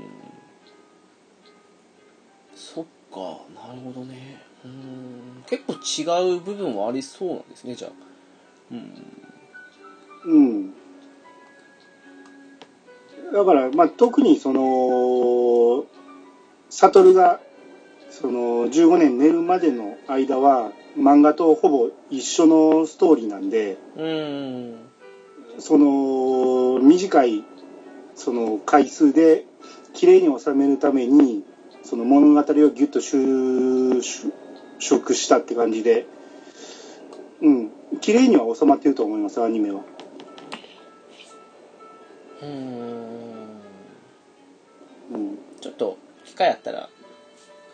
[SPEAKER 1] そっか、なるほどね。うん。結構違う部分はありそうなんですね、じゃあ。うん。
[SPEAKER 3] うん。だから、まあ、特にその、サトルが、その、15年寝るまでの間は、漫画とほぼ一緒のストーリーなんで、
[SPEAKER 1] うん。
[SPEAKER 3] その、短い、その、回数で、綺麗に収めるために、その物語をギュッと収縮したって感じで、うん、綺麗には収まってると思います、アニメは。
[SPEAKER 1] うーん
[SPEAKER 3] うん
[SPEAKER 1] ちょっと機会あったら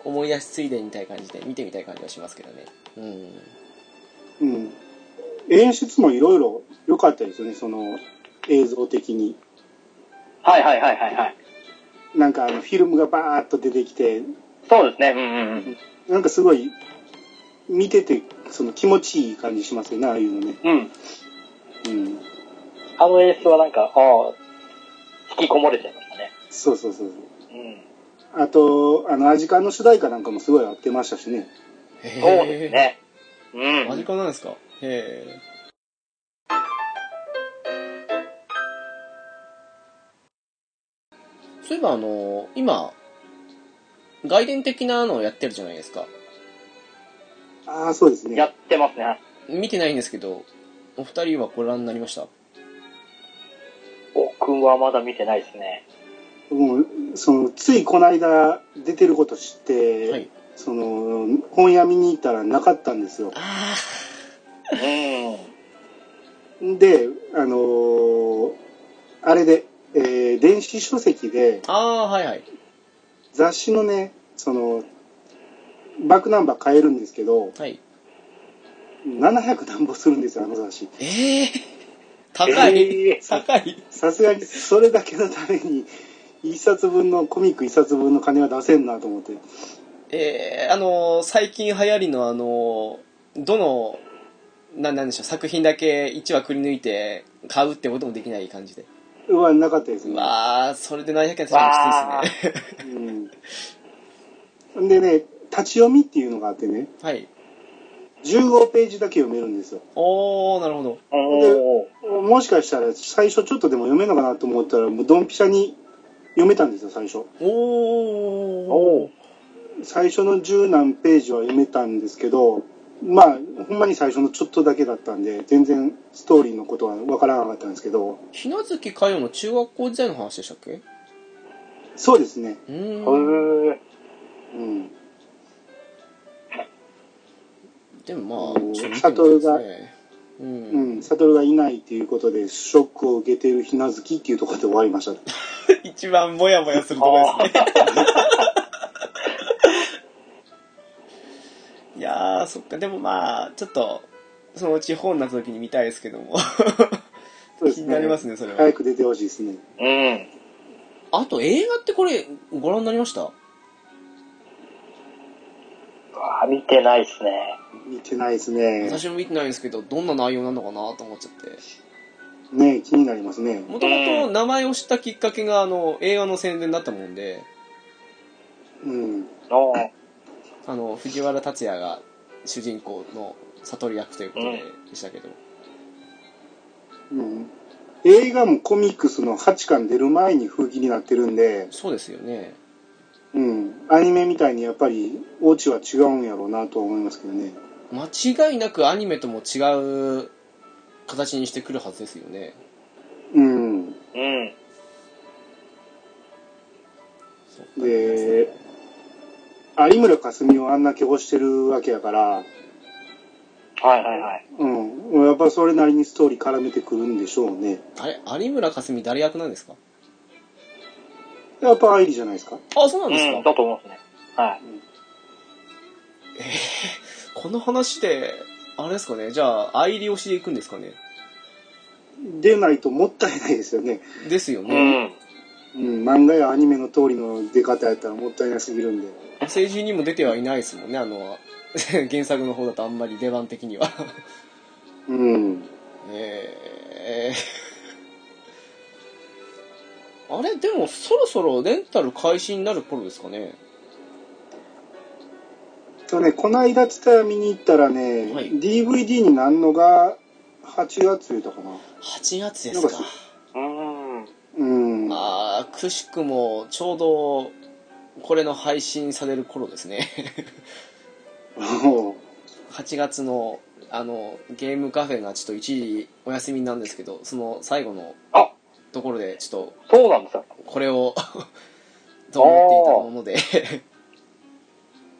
[SPEAKER 1] 思い出しついでにみたいな感じで見てみたい感じはしますけどねうん
[SPEAKER 3] うん、演出もいろいろ良かったですよねその映像的に
[SPEAKER 2] はいはいはいはいはい。
[SPEAKER 3] なんかあのフィルムがバーッと出てきて
[SPEAKER 2] そうですね。うんうんうん。
[SPEAKER 3] なんかすごい見ててその気持ちいい感じしますよねああいうのね、
[SPEAKER 2] うん。
[SPEAKER 3] うん、
[SPEAKER 2] あの演出はなんか、ああ、引きこもれちゃいましたね。
[SPEAKER 3] そうそうそう
[SPEAKER 2] うん。
[SPEAKER 3] あとあのアジカンの主題歌なんかもすごい合ってましたしね
[SPEAKER 1] へ
[SPEAKER 2] そうですね。うん。
[SPEAKER 1] マジカなんですかへえそういえばあの今外伝的なのをやってるじゃないですか
[SPEAKER 3] ああそうです
[SPEAKER 2] や
[SPEAKER 3] ね
[SPEAKER 2] ってますね。
[SPEAKER 1] 見てないんですけどお二人はご覧になりました
[SPEAKER 2] 僕はまだ見てないですね。
[SPEAKER 3] もうそのついこの間出てること知って、
[SPEAKER 1] はい
[SPEAKER 3] その本屋見に行ったらなかったんですよ
[SPEAKER 1] あ
[SPEAKER 2] う
[SPEAKER 3] で、あのーあれで、えー電子書籍で
[SPEAKER 1] あああはいはい
[SPEAKER 3] 雑誌のね、その、バックナンバー変えるんですけど、
[SPEAKER 1] はい
[SPEAKER 3] 700何本するんですよ、あの雑誌。
[SPEAKER 1] ええ高い、
[SPEAKER 2] えー
[SPEAKER 1] 高い
[SPEAKER 3] さすがにそれだけのために、一冊分の、コミック一冊分の金は出せんなと思って。
[SPEAKER 1] えー、あのー最近流行りのあのーどのななんでしょう作品だけ1話くり抜いて買うってこともできない感じで
[SPEAKER 3] うわ、なかったです
[SPEAKER 1] う
[SPEAKER 3] ね。
[SPEAKER 1] わーそれで700円するのはきついですね
[SPEAKER 3] うん。でね、立ち読みっていうのがあってね、
[SPEAKER 1] はい
[SPEAKER 3] 15ページだけ読めるんですよ。
[SPEAKER 1] おーなるほど
[SPEAKER 2] ん。おー
[SPEAKER 3] もしかしたら最初ちょっとでも読めるのかなと思ったらもうドンピシャに読めたんですよ最初
[SPEAKER 1] おー
[SPEAKER 2] お
[SPEAKER 3] 最初の十何ページは読めたんですけどまあほんまに最初のちょっとだけだったんで全然ストーリーのことは分からなかったんですけど
[SPEAKER 1] ひなずきかよの中学校時代の話でしたっけう
[SPEAKER 3] そうですね
[SPEAKER 1] ーん
[SPEAKER 2] ーへ
[SPEAKER 3] うん
[SPEAKER 1] でも
[SPEAKER 3] う
[SPEAKER 1] まあ
[SPEAKER 3] ん
[SPEAKER 1] ちょっと見てみたいですねう、
[SPEAKER 3] うんん悟がいないということでショックを受けているひなずきっていうところで終わりました
[SPEAKER 1] 一番モヤモヤするところですね
[SPEAKER 2] あー
[SPEAKER 1] いやー、そっか、でもまあ、ちょっと、そのうち本になった時に見たいですけども。
[SPEAKER 3] そうです
[SPEAKER 1] 気
[SPEAKER 3] ね
[SPEAKER 1] になりますね、それは。
[SPEAKER 3] 早く出てほしいですね
[SPEAKER 2] うん。
[SPEAKER 1] あと、映画ってこれ、ご覧になりました
[SPEAKER 2] あー見てないですね。
[SPEAKER 3] 見てないですね
[SPEAKER 1] 私も見てないんですけど、どんな内容なのかなと思っちゃって。
[SPEAKER 3] ね気になりますね
[SPEAKER 1] もともと名前を知ったきっかけが、あの、映画の宣伝だったもんで、
[SPEAKER 3] うん
[SPEAKER 2] おー
[SPEAKER 1] あの、藤原竜也が主人公の悟り役ということででしたけど。
[SPEAKER 3] うん映画もコミックスの8巻出る前に風紀になってるんで、
[SPEAKER 1] そうですよね。
[SPEAKER 3] うん、アニメみたいにやっぱりオチは違うんやろうなとは思いますけどね。
[SPEAKER 1] 間違いなくアニメとも違う形にしてくるはずですよね。
[SPEAKER 3] うん。
[SPEAKER 2] うん。
[SPEAKER 1] そっか
[SPEAKER 3] で、有村架純をあんなけ推してるわけやから、
[SPEAKER 2] はいはいはい。
[SPEAKER 3] うん。やっぱそれなりにストーリー絡めてくるんでしょうね。
[SPEAKER 1] あれ有村架純誰役なんですか
[SPEAKER 3] やっぱ愛理じゃないですか。
[SPEAKER 1] あそうなんですか、
[SPEAKER 2] うん、だと思いますね。はい。
[SPEAKER 1] この話であれですかねじゃあ相入り押しでいくんですかね
[SPEAKER 3] でないともったいないですよね。
[SPEAKER 1] ですよ
[SPEAKER 2] う
[SPEAKER 1] ね、
[SPEAKER 2] ん。
[SPEAKER 3] うん。漫画やアニメの通りの出方やったらもったいなすぎるんで。
[SPEAKER 1] 成人にも出てはいないですもんねあの 原作の方だとあんまり出番的には
[SPEAKER 3] うん。
[SPEAKER 1] えー、あれでもそろそろレンタル開始になる頃ですかね
[SPEAKER 3] とね、この間ツタヤ見に行ったらね、
[SPEAKER 1] はい
[SPEAKER 3] DVD になんのが8月言うたかな。
[SPEAKER 1] 8月ですか
[SPEAKER 3] なんか
[SPEAKER 2] うん。
[SPEAKER 3] うん。
[SPEAKER 1] ああくしくもちょうどこれの配信される頃ですね
[SPEAKER 3] おう
[SPEAKER 1] 8月のあのゲームカフェがちょっと一時お休みなんですけどその最後の
[SPEAKER 2] あ
[SPEAKER 1] ところでちょっ
[SPEAKER 2] そうなんですよ。
[SPEAKER 1] とこれを と思っていたもので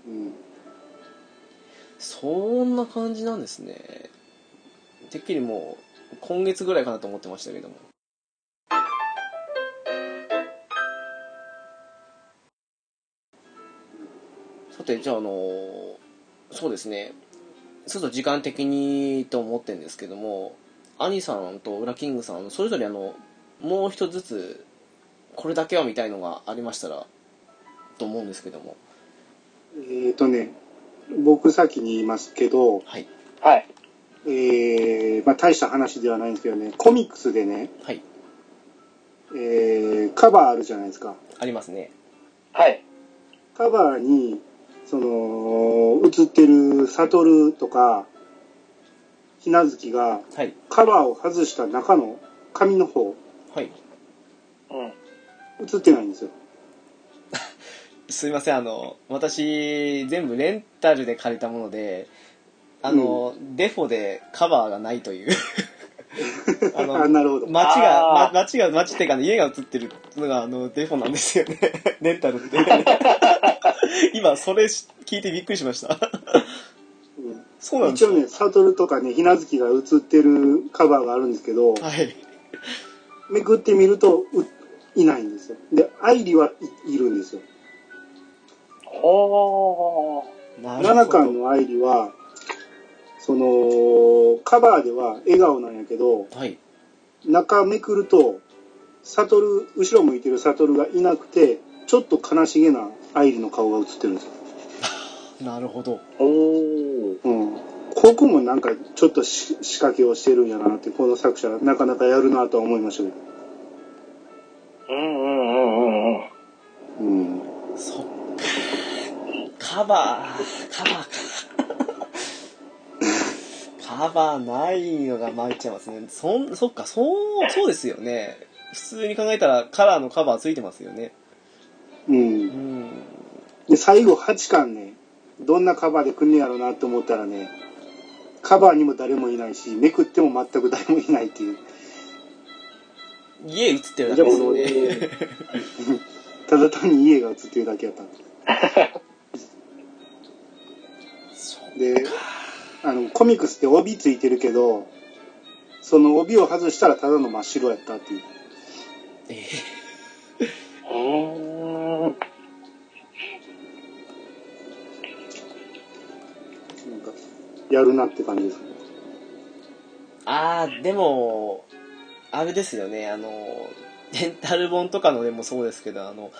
[SPEAKER 3] うん
[SPEAKER 1] そんな感じなんですねてっきりもう今月ぐらいかなと思ってましたけどもさてじゃああのそうですねちょっと時間的にと思ってるんですけどもアニさんとウラキングさんそれぞれあのもう一つずつこれだけはみたいのがありましたらと思うんですけども
[SPEAKER 3] えっ、とね、僕先に言いますけど、
[SPEAKER 1] はい
[SPEAKER 2] はい。
[SPEAKER 3] えーまあ、大した話ではないんですけどね、コミックスでね、
[SPEAKER 1] はい
[SPEAKER 3] えーカバーあるじゃないですか。
[SPEAKER 1] ありますね
[SPEAKER 2] はい。
[SPEAKER 3] カバーに、その、映ってる悟とか、ひなずきが、
[SPEAKER 1] はい
[SPEAKER 3] カバーを外した中の紙の方、
[SPEAKER 1] はい
[SPEAKER 2] うん。
[SPEAKER 3] 映ってないんですよ。
[SPEAKER 1] すいませんあの私全部レンタルで借りたものであの、デフォでカバーがないという あの
[SPEAKER 3] あなるほど。
[SPEAKER 1] 街が
[SPEAKER 2] あー
[SPEAKER 1] ま街が街っていうか、ね、家が映ってるのがあのデフォなんですよね レンタルって今それし聞いてびっくりしました
[SPEAKER 3] うん
[SPEAKER 1] そうなんです
[SPEAKER 3] 一応
[SPEAKER 1] か、
[SPEAKER 3] ね、悟とかね、ひなずきが映ってるカバーがあるんですけど、
[SPEAKER 1] はい
[SPEAKER 3] めくってみると、ういないんですよ。で、愛理はいいるんですよ。
[SPEAKER 2] ほー。
[SPEAKER 1] なる
[SPEAKER 3] 7
[SPEAKER 1] ほ
[SPEAKER 3] 巻
[SPEAKER 1] ど
[SPEAKER 3] の愛理は、その、カバーでは笑顔なんやけど、
[SPEAKER 1] はい
[SPEAKER 3] 中めくると、悟る、後ろ向いてる悟がいなくて、ちょっと悲しげな愛理の顔が映ってるんですよ。
[SPEAKER 1] なるほど
[SPEAKER 2] おー。
[SPEAKER 3] うん。ここもなんかちょっとし仕掛けをしてるんやなって、この作者なかなかやるなとは思いましたけど。
[SPEAKER 2] うんうんうんうんうん。
[SPEAKER 3] うん。
[SPEAKER 1] そっかカバーカバーかカバーないのが参っちゃいますねそんそっかそうそうですよね普通に考えたらカラーのカバーついてますよね
[SPEAKER 3] うん
[SPEAKER 1] う。ん
[SPEAKER 3] で、最後8巻ね、どんなカバーで来んねやろうなと思ったらね、カバーにも誰もいないし、めくっても全く誰もいないっていう。
[SPEAKER 1] 家映ってるだけですよね
[SPEAKER 3] ただ単に家が映ってるだけやったんです
[SPEAKER 1] そう
[SPEAKER 3] であのコミックスって帯ついてるけどその帯を外したらただの真っ白やったっていう
[SPEAKER 1] えー
[SPEAKER 2] うん。
[SPEAKER 3] なんかやるなって感じです
[SPEAKER 1] ああでもあれですよねあのレンタル本とかのでもそうですけどあの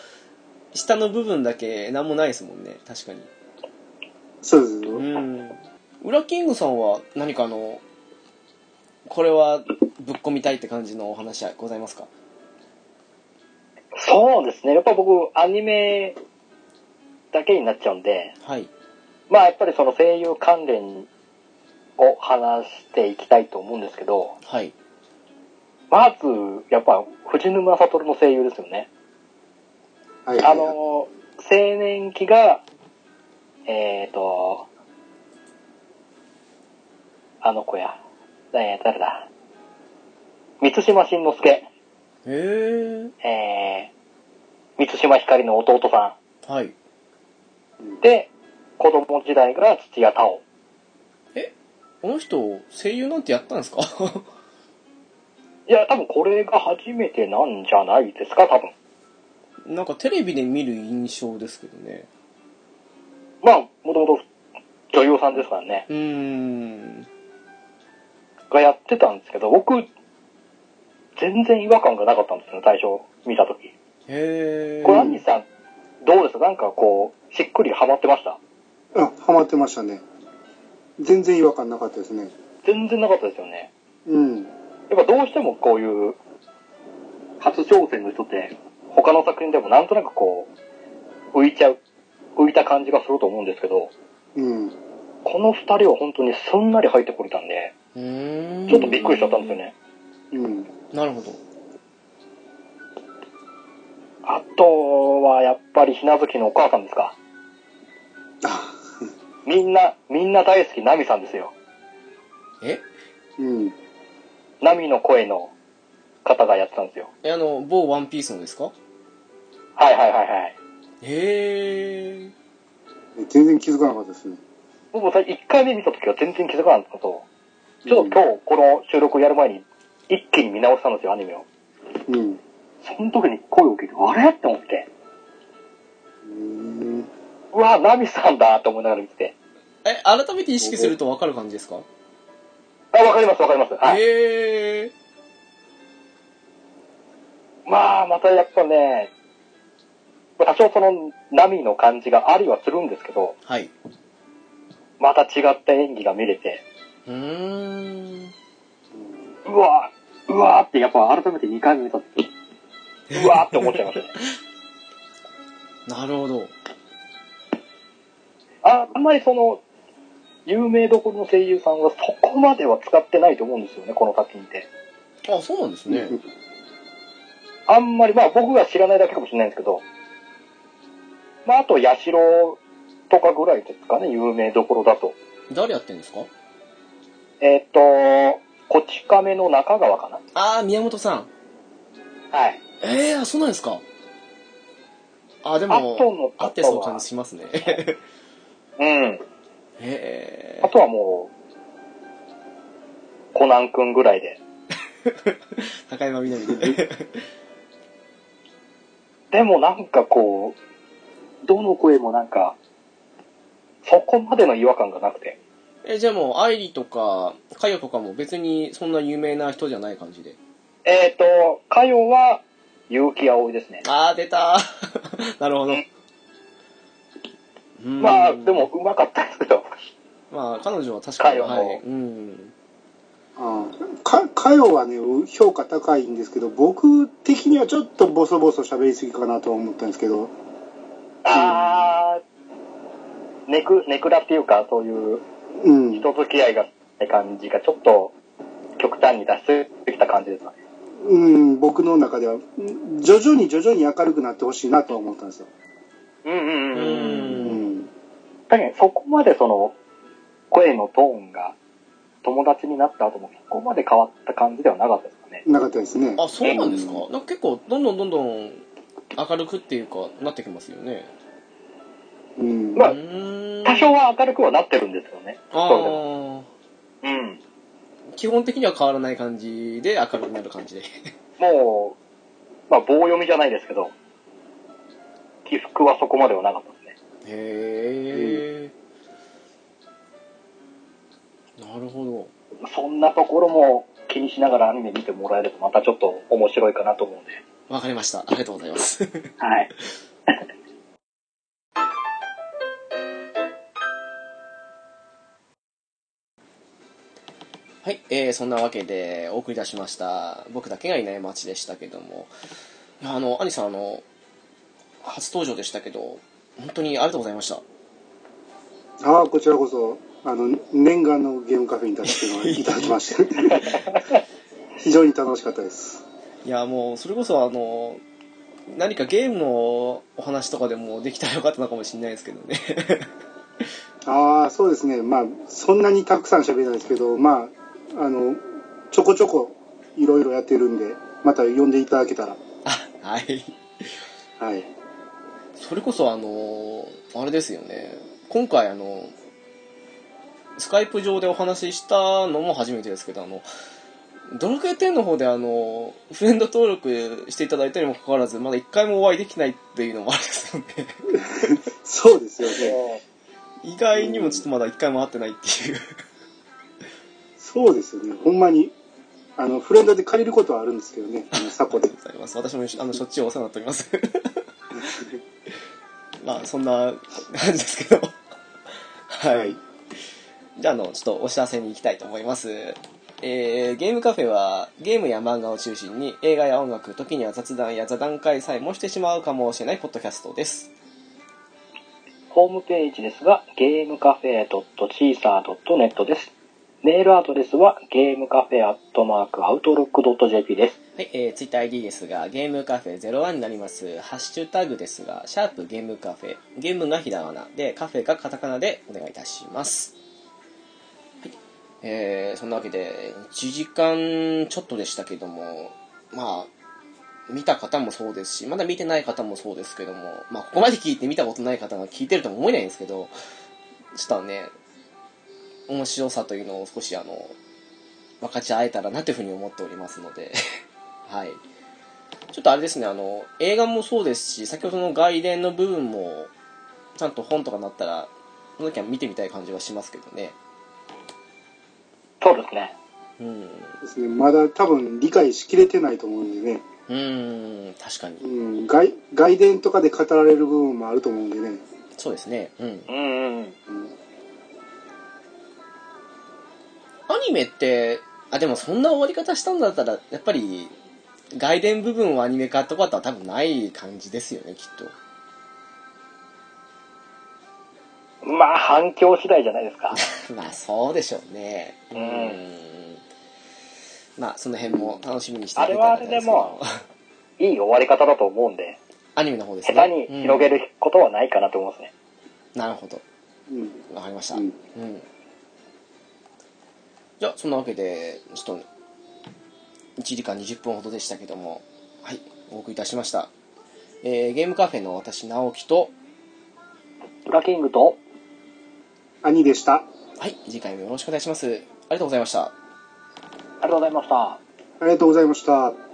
[SPEAKER 1] 下の部分だけ何もないですもんね確かに
[SPEAKER 3] そうですよ、
[SPEAKER 1] うん裏キングさんは何かあのこれはぶっ込みたいって感じのお話はございますか
[SPEAKER 2] そうですね。やっぱ僕、アニメだけになっちゃうんで、
[SPEAKER 1] はい
[SPEAKER 2] まあやっぱりその声優関連を話していきたいと思うんですけど、
[SPEAKER 1] はい
[SPEAKER 2] まず、やっぱ藤沼悟の声優ですよね。
[SPEAKER 3] はい
[SPEAKER 2] あの、青年期が、えっ、と、あの子や、えー誰だ、満島真之介、
[SPEAKER 1] へえ
[SPEAKER 2] えー、満島ひかりの弟さん。
[SPEAKER 1] はい
[SPEAKER 2] で、子供時代が土屋太鳳。
[SPEAKER 1] この人、声優なんてやったんですか
[SPEAKER 2] いや、多分これが初めてなんじゃないですか、多分。
[SPEAKER 1] なんかテレビで見る印象ですけどね。
[SPEAKER 2] まあ、もともと女優さんですからね。
[SPEAKER 1] うーん。
[SPEAKER 2] がやってたんですけど、僕、全然違和感がなかったんですよ、最初見たとき。
[SPEAKER 1] へー。
[SPEAKER 2] これ、アンニさん、どうですかなんかこう、しっくりハマってました
[SPEAKER 3] あ、ハマってましたね。全然違和感なかったですね。
[SPEAKER 2] 全然なかったですよね。
[SPEAKER 3] うん。
[SPEAKER 2] やっぱどうしてもこういう、初挑戦の人って、他の作品でもなんとなくこう、浮いちゃう、浮いた感じがすると思うんですけど、
[SPEAKER 3] うん。
[SPEAKER 2] この二人は本当にすんなり入ってこれたんで、
[SPEAKER 1] うーん。
[SPEAKER 2] ちょっとびっくりしちゃったんですよね。
[SPEAKER 3] うん。
[SPEAKER 1] なるほど。
[SPEAKER 2] あとはやっぱりひなずきのお母さんですか。
[SPEAKER 3] あ、
[SPEAKER 2] みんな、みんな大好きナミさんですよ。
[SPEAKER 1] え
[SPEAKER 3] うん。
[SPEAKER 2] ナミの声の方がやってたんですよ。
[SPEAKER 1] え、あの、某ワンピースのですか
[SPEAKER 2] はいはいはいはい。
[SPEAKER 1] へー。
[SPEAKER 3] 全然気づかなかったですね。
[SPEAKER 2] 僕も最初1回目見た時は全然気づかなかったんですけど、ちょっと今日この収録をやる前に一気に見直したんですよ、アニメを。
[SPEAKER 3] うん。
[SPEAKER 2] その時に声を聞いて、あれって思って、
[SPEAKER 3] うん。
[SPEAKER 2] うわ、ナミさんだって思いながら見てて。
[SPEAKER 1] え、改めて意識するとわかる感じですか
[SPEAKER 2] あ、わかりますわかります。はい。
[SPEAKER 1] へー。
[SPEAKER 2] まあ、またやっぱね、多少そのナミの感じがありはするんですけど、
[SPEAKER 1] はい。
[SPEAKER 2] また違った演技が見れて、
[SPEAKER 1] うーん。
[SPEAKER 2] うわうわーってやっぱ改めて2回目見た時、うわーって思っちゃいましたね。
[SPEAKER 1] なるほど。
[SPEAKER 2] ああんまりその、有名どころの声優さんはそこまでは使ってないと思うんですよね、この作品って。
[SPEAKER 1] あ、そうなんですね。
[SPEAKER 2] あんまり、まあ僕が知らないだけかもしれないんですけど、まああと、ヤシロとかぐらいですかね、有名どころだと。
[SPEAKER 1] 誰やってんですか
[SPEAKER 2] えっ、と、こち亀の中川かな
[SPEAKER 1] あー、宮本さん。
[SPEAKER 2] はい。
[SPEAKER 1] えー、あそうなんですか。あ、で
[SPEAKER 2] あ
[SPEAKER 1] も、
[SPEAKER 2] との
[SPEAKER 1] 合って
[SPEAKER 2] 方
[SPEAKER 1] そう感
[SPEAKER 2] は
[SPEAKER 1] じ、しますね。
[SPEAKER 2] うん。
[SPEAKER 1] へ
[SPEAKER 2] あとはもう、コナンくんぐらいで。
[SPEAKER 1] ー。高山みなみで。
[SPEAKER 2] でもなんかこう、どの声もなんか、そこまでの違和感がなくて。
[SPEAKER 1] え、じゃあもう、愛理とか、かよとかも別にそんな有名な人じゃない感じで。
[SPEAKER 2] えっ、と、かよは、結城葵ですね。
[SPEAKER 1] あー、出た ー。なるほど。うーん
[SPEAKER 2] まあ、でも、、うまかったですけど。
[SPEAKER 1] まあ、彼女は確かに、
[SPEAKER 2] かよ
[SPEAKER 1] は
[SPEAKER 2] も
[SPEAKER 1] い。うん。
[SPEAKER 3] あか、かよはね、評価高いんですけど、僕的にはちょっとボソボソ喋りすぎかなと思ったんですけど、
[SPEAKER 2] あー、ネク、ネクラっていうか、そういう
[SPEAKER 3] うん。
[SPEAKER 2] 人付き合いがない感じが、ちょっと、極端に出してきた感じですかね。
[SPEAKER 3] うん、僕の中では、うん徐々に徐々に明るくなってほしいなとは思ったんですよ。
[SPEAKER 2] うんうん
[SPEAKER 1] う。
[SPEAKER 3] うんん。
[SPEAKER 2] 確かに、そこまでその、声のトーンが、友達になった後も、そこまで変わった感じではなかったですかね。
[SPEAKER 3] なかったですね。
[SPEAKER 1] あ、そうなんですか
[SPEAKER 3] う
[SPEAKER 1] なんか結構、どんどんどんどん、明るくっていうか、なってきますよね。
[SPEAKER 3] うん。
[SPEAKER 2] まあ
[SPEAKER 1] うーん
[SPEAKER 2] 多少は明るくはなってるんですよね。そうでも
[SPEAKER 1] あ
[SPEAKER 2] うん。
[SPEAKER 1] あ、基本的には変わらない感じで明るくなる感じで。
[SPEAKER 2] もう、まあ、棒読みじゃないですけど、起伏はそこまではなかったですね。
[SPEAKER 1] へえ、なるほど。
[SPEAKER 2] そんなところも気にしながらアニメ見てもらえるとまたちょっと面白いかなと思うんで。
[SPEAKER 1] わかりました。ありがとうござい ます。
[SPEAKER 2] はい。
[SPEAKER 1] はい、えー、そんなわけでお送りいたしました。僕だけがいない街でしたけども。いや、あの、兄さん、あの、初登場でしたけど、本当にありがとうございました。
[SPEAKER 3] ああ、こちらこそ、あの、念願のゲームカフェに立つっていうのをいただきまして、非常に楽しかったです。
[SPEAKER 1] いや、もう、それこそ、あの、何かゲームのお話とかでもできたらよかったのかもしれないですけどね。
[SPEAKER 3] ああ、そうですね。まあ、そんなにたくさん喋れないですけど、まあ、あの、ちょこちょこ、いろいろやってるんで、また呼んでいただけたら、
[SPEAKER 1] あ、はい。
[SPEAKER 3] はい。
[SPEAKER 1] それこそあのあれですよね今回あのスカイプ上でお話ししたのも初めてですけど、あの、ドラクエ10の方であの、フレンド登録していただいたにもかかわらず、まだ一回もお会いできないっていうのもあれですよね。
[SPEAKER 3] そうですよね。
[SPEAKER 1] 意外にもちょっとまだ一回も会ってないっていう。
[SPEAKER 3] そうですよね。ほんまに。あの、フレンドで借りることはあるんですけどね。あの、サポで
[SPEAKER 1] ありがとう。ございます。私もあのしょっちゅうお世話になっております。 まあそんな感じですけど、はい。
[SPEAKER 3] はい
[SPEAKER 1] じゃああのちょっとお知らせに行きたいと思います。えーゲームカフェはゲームや漫画を中心に映画や音楽時には雑談や座談会さえもしてしまうかもしれないポッドキャストです
[SPEAKER 2] ホームページですが、ゲームカフェ .caesar.net です。メールアドレスは、ゲームカフェアットマークアウトロック .jp です。
[SPEAKER 1] はい、えー、ツイッター ID ですが、ゲームカフェ01になります。ハッシュタグですが、シャープゲームカフェ、ゲームがひらがなで、カフェがカタカナでお願いいたします。はい、えー、そんなわけで、1時間ちょっとでしたけども、まあ、見た方もそうですし、まだ見てない方もそうですけども、まあ、ここまで聞いて見たことない方が聞いてるとも思えないんですけど、ちょっとね、面白さというのを少しあの、分かち合えたらなというふうに思っておりますので、はい。ちょっとあれですね、あの、映画もそうですし、先ほどの外伝の部分も、ちゃんと本とかなったら、その時は見てみたい感じはしますけどね。
[SPEAKER 2] そうですね。
[SPEAKER 1] うん。
[SPEAKER 3] ですね。まだ多分理解しきれてないと思うんでね。
[SPEAKER 1] うん、確かに
[SPEAKER 3] う。ん。外、外伝とかで語られる部分もあると思うんでね。
[SPEAKER 1] そうですね。うん。
[SPEAKER 2] うんうんうん。
[SPEAKER 3] うん
[SPEAKER 1] アニメって、あ、でもそんな終わり方したんだったら、やっぱり、外伝部分をアニメ化とかとは多分ない感じですよね、きっと。
[SPEAKER 2] まあ、反響次第じゃないですか。
[SPEAKER 1] まあそうでしょうね。
[SPEAKER 2] うん
[SPEAKER 1] まあその辺も楽しみにしていただけた
[SPEAKER 2] あれは
[SPEAKER 1] ら
[SPEAKER 2] あれ
[SPEAKER 1] と
[SPEAKER 2] で
[SPEAKER 1] 思いますけど
[SPEAKER 2] いい終わり方だと思うんで、
[SPEAKER 1] アニメの方ですね。
[SPEAKER 2] 下手に広げ
[SPEAKER 1] る。
[SPEAKER 2] ることはないかなと思うんですね。
[SPEAKER 1] なるほど。
[SPEAKER 3] うん。
[SPEAKER 1] わかりました。う
[SPEAKER 3] うんん。
[SPEAKER 1] じゃあそんなわけで、ちょっと、1時間20分ほどでしたけども、はい、お送りいたしました。えー、ゲームカフェの私、直樹と、
[SPEAKER 2] ブラキングと、
[SPEAKER 3] 兄でした。
[SPEAKER 1] はい、次回もよろしくお願いします。ありがとうございました。
[SPEAKER 2] ありがとうございました。
[SPEAKER 3] ありがとうございました。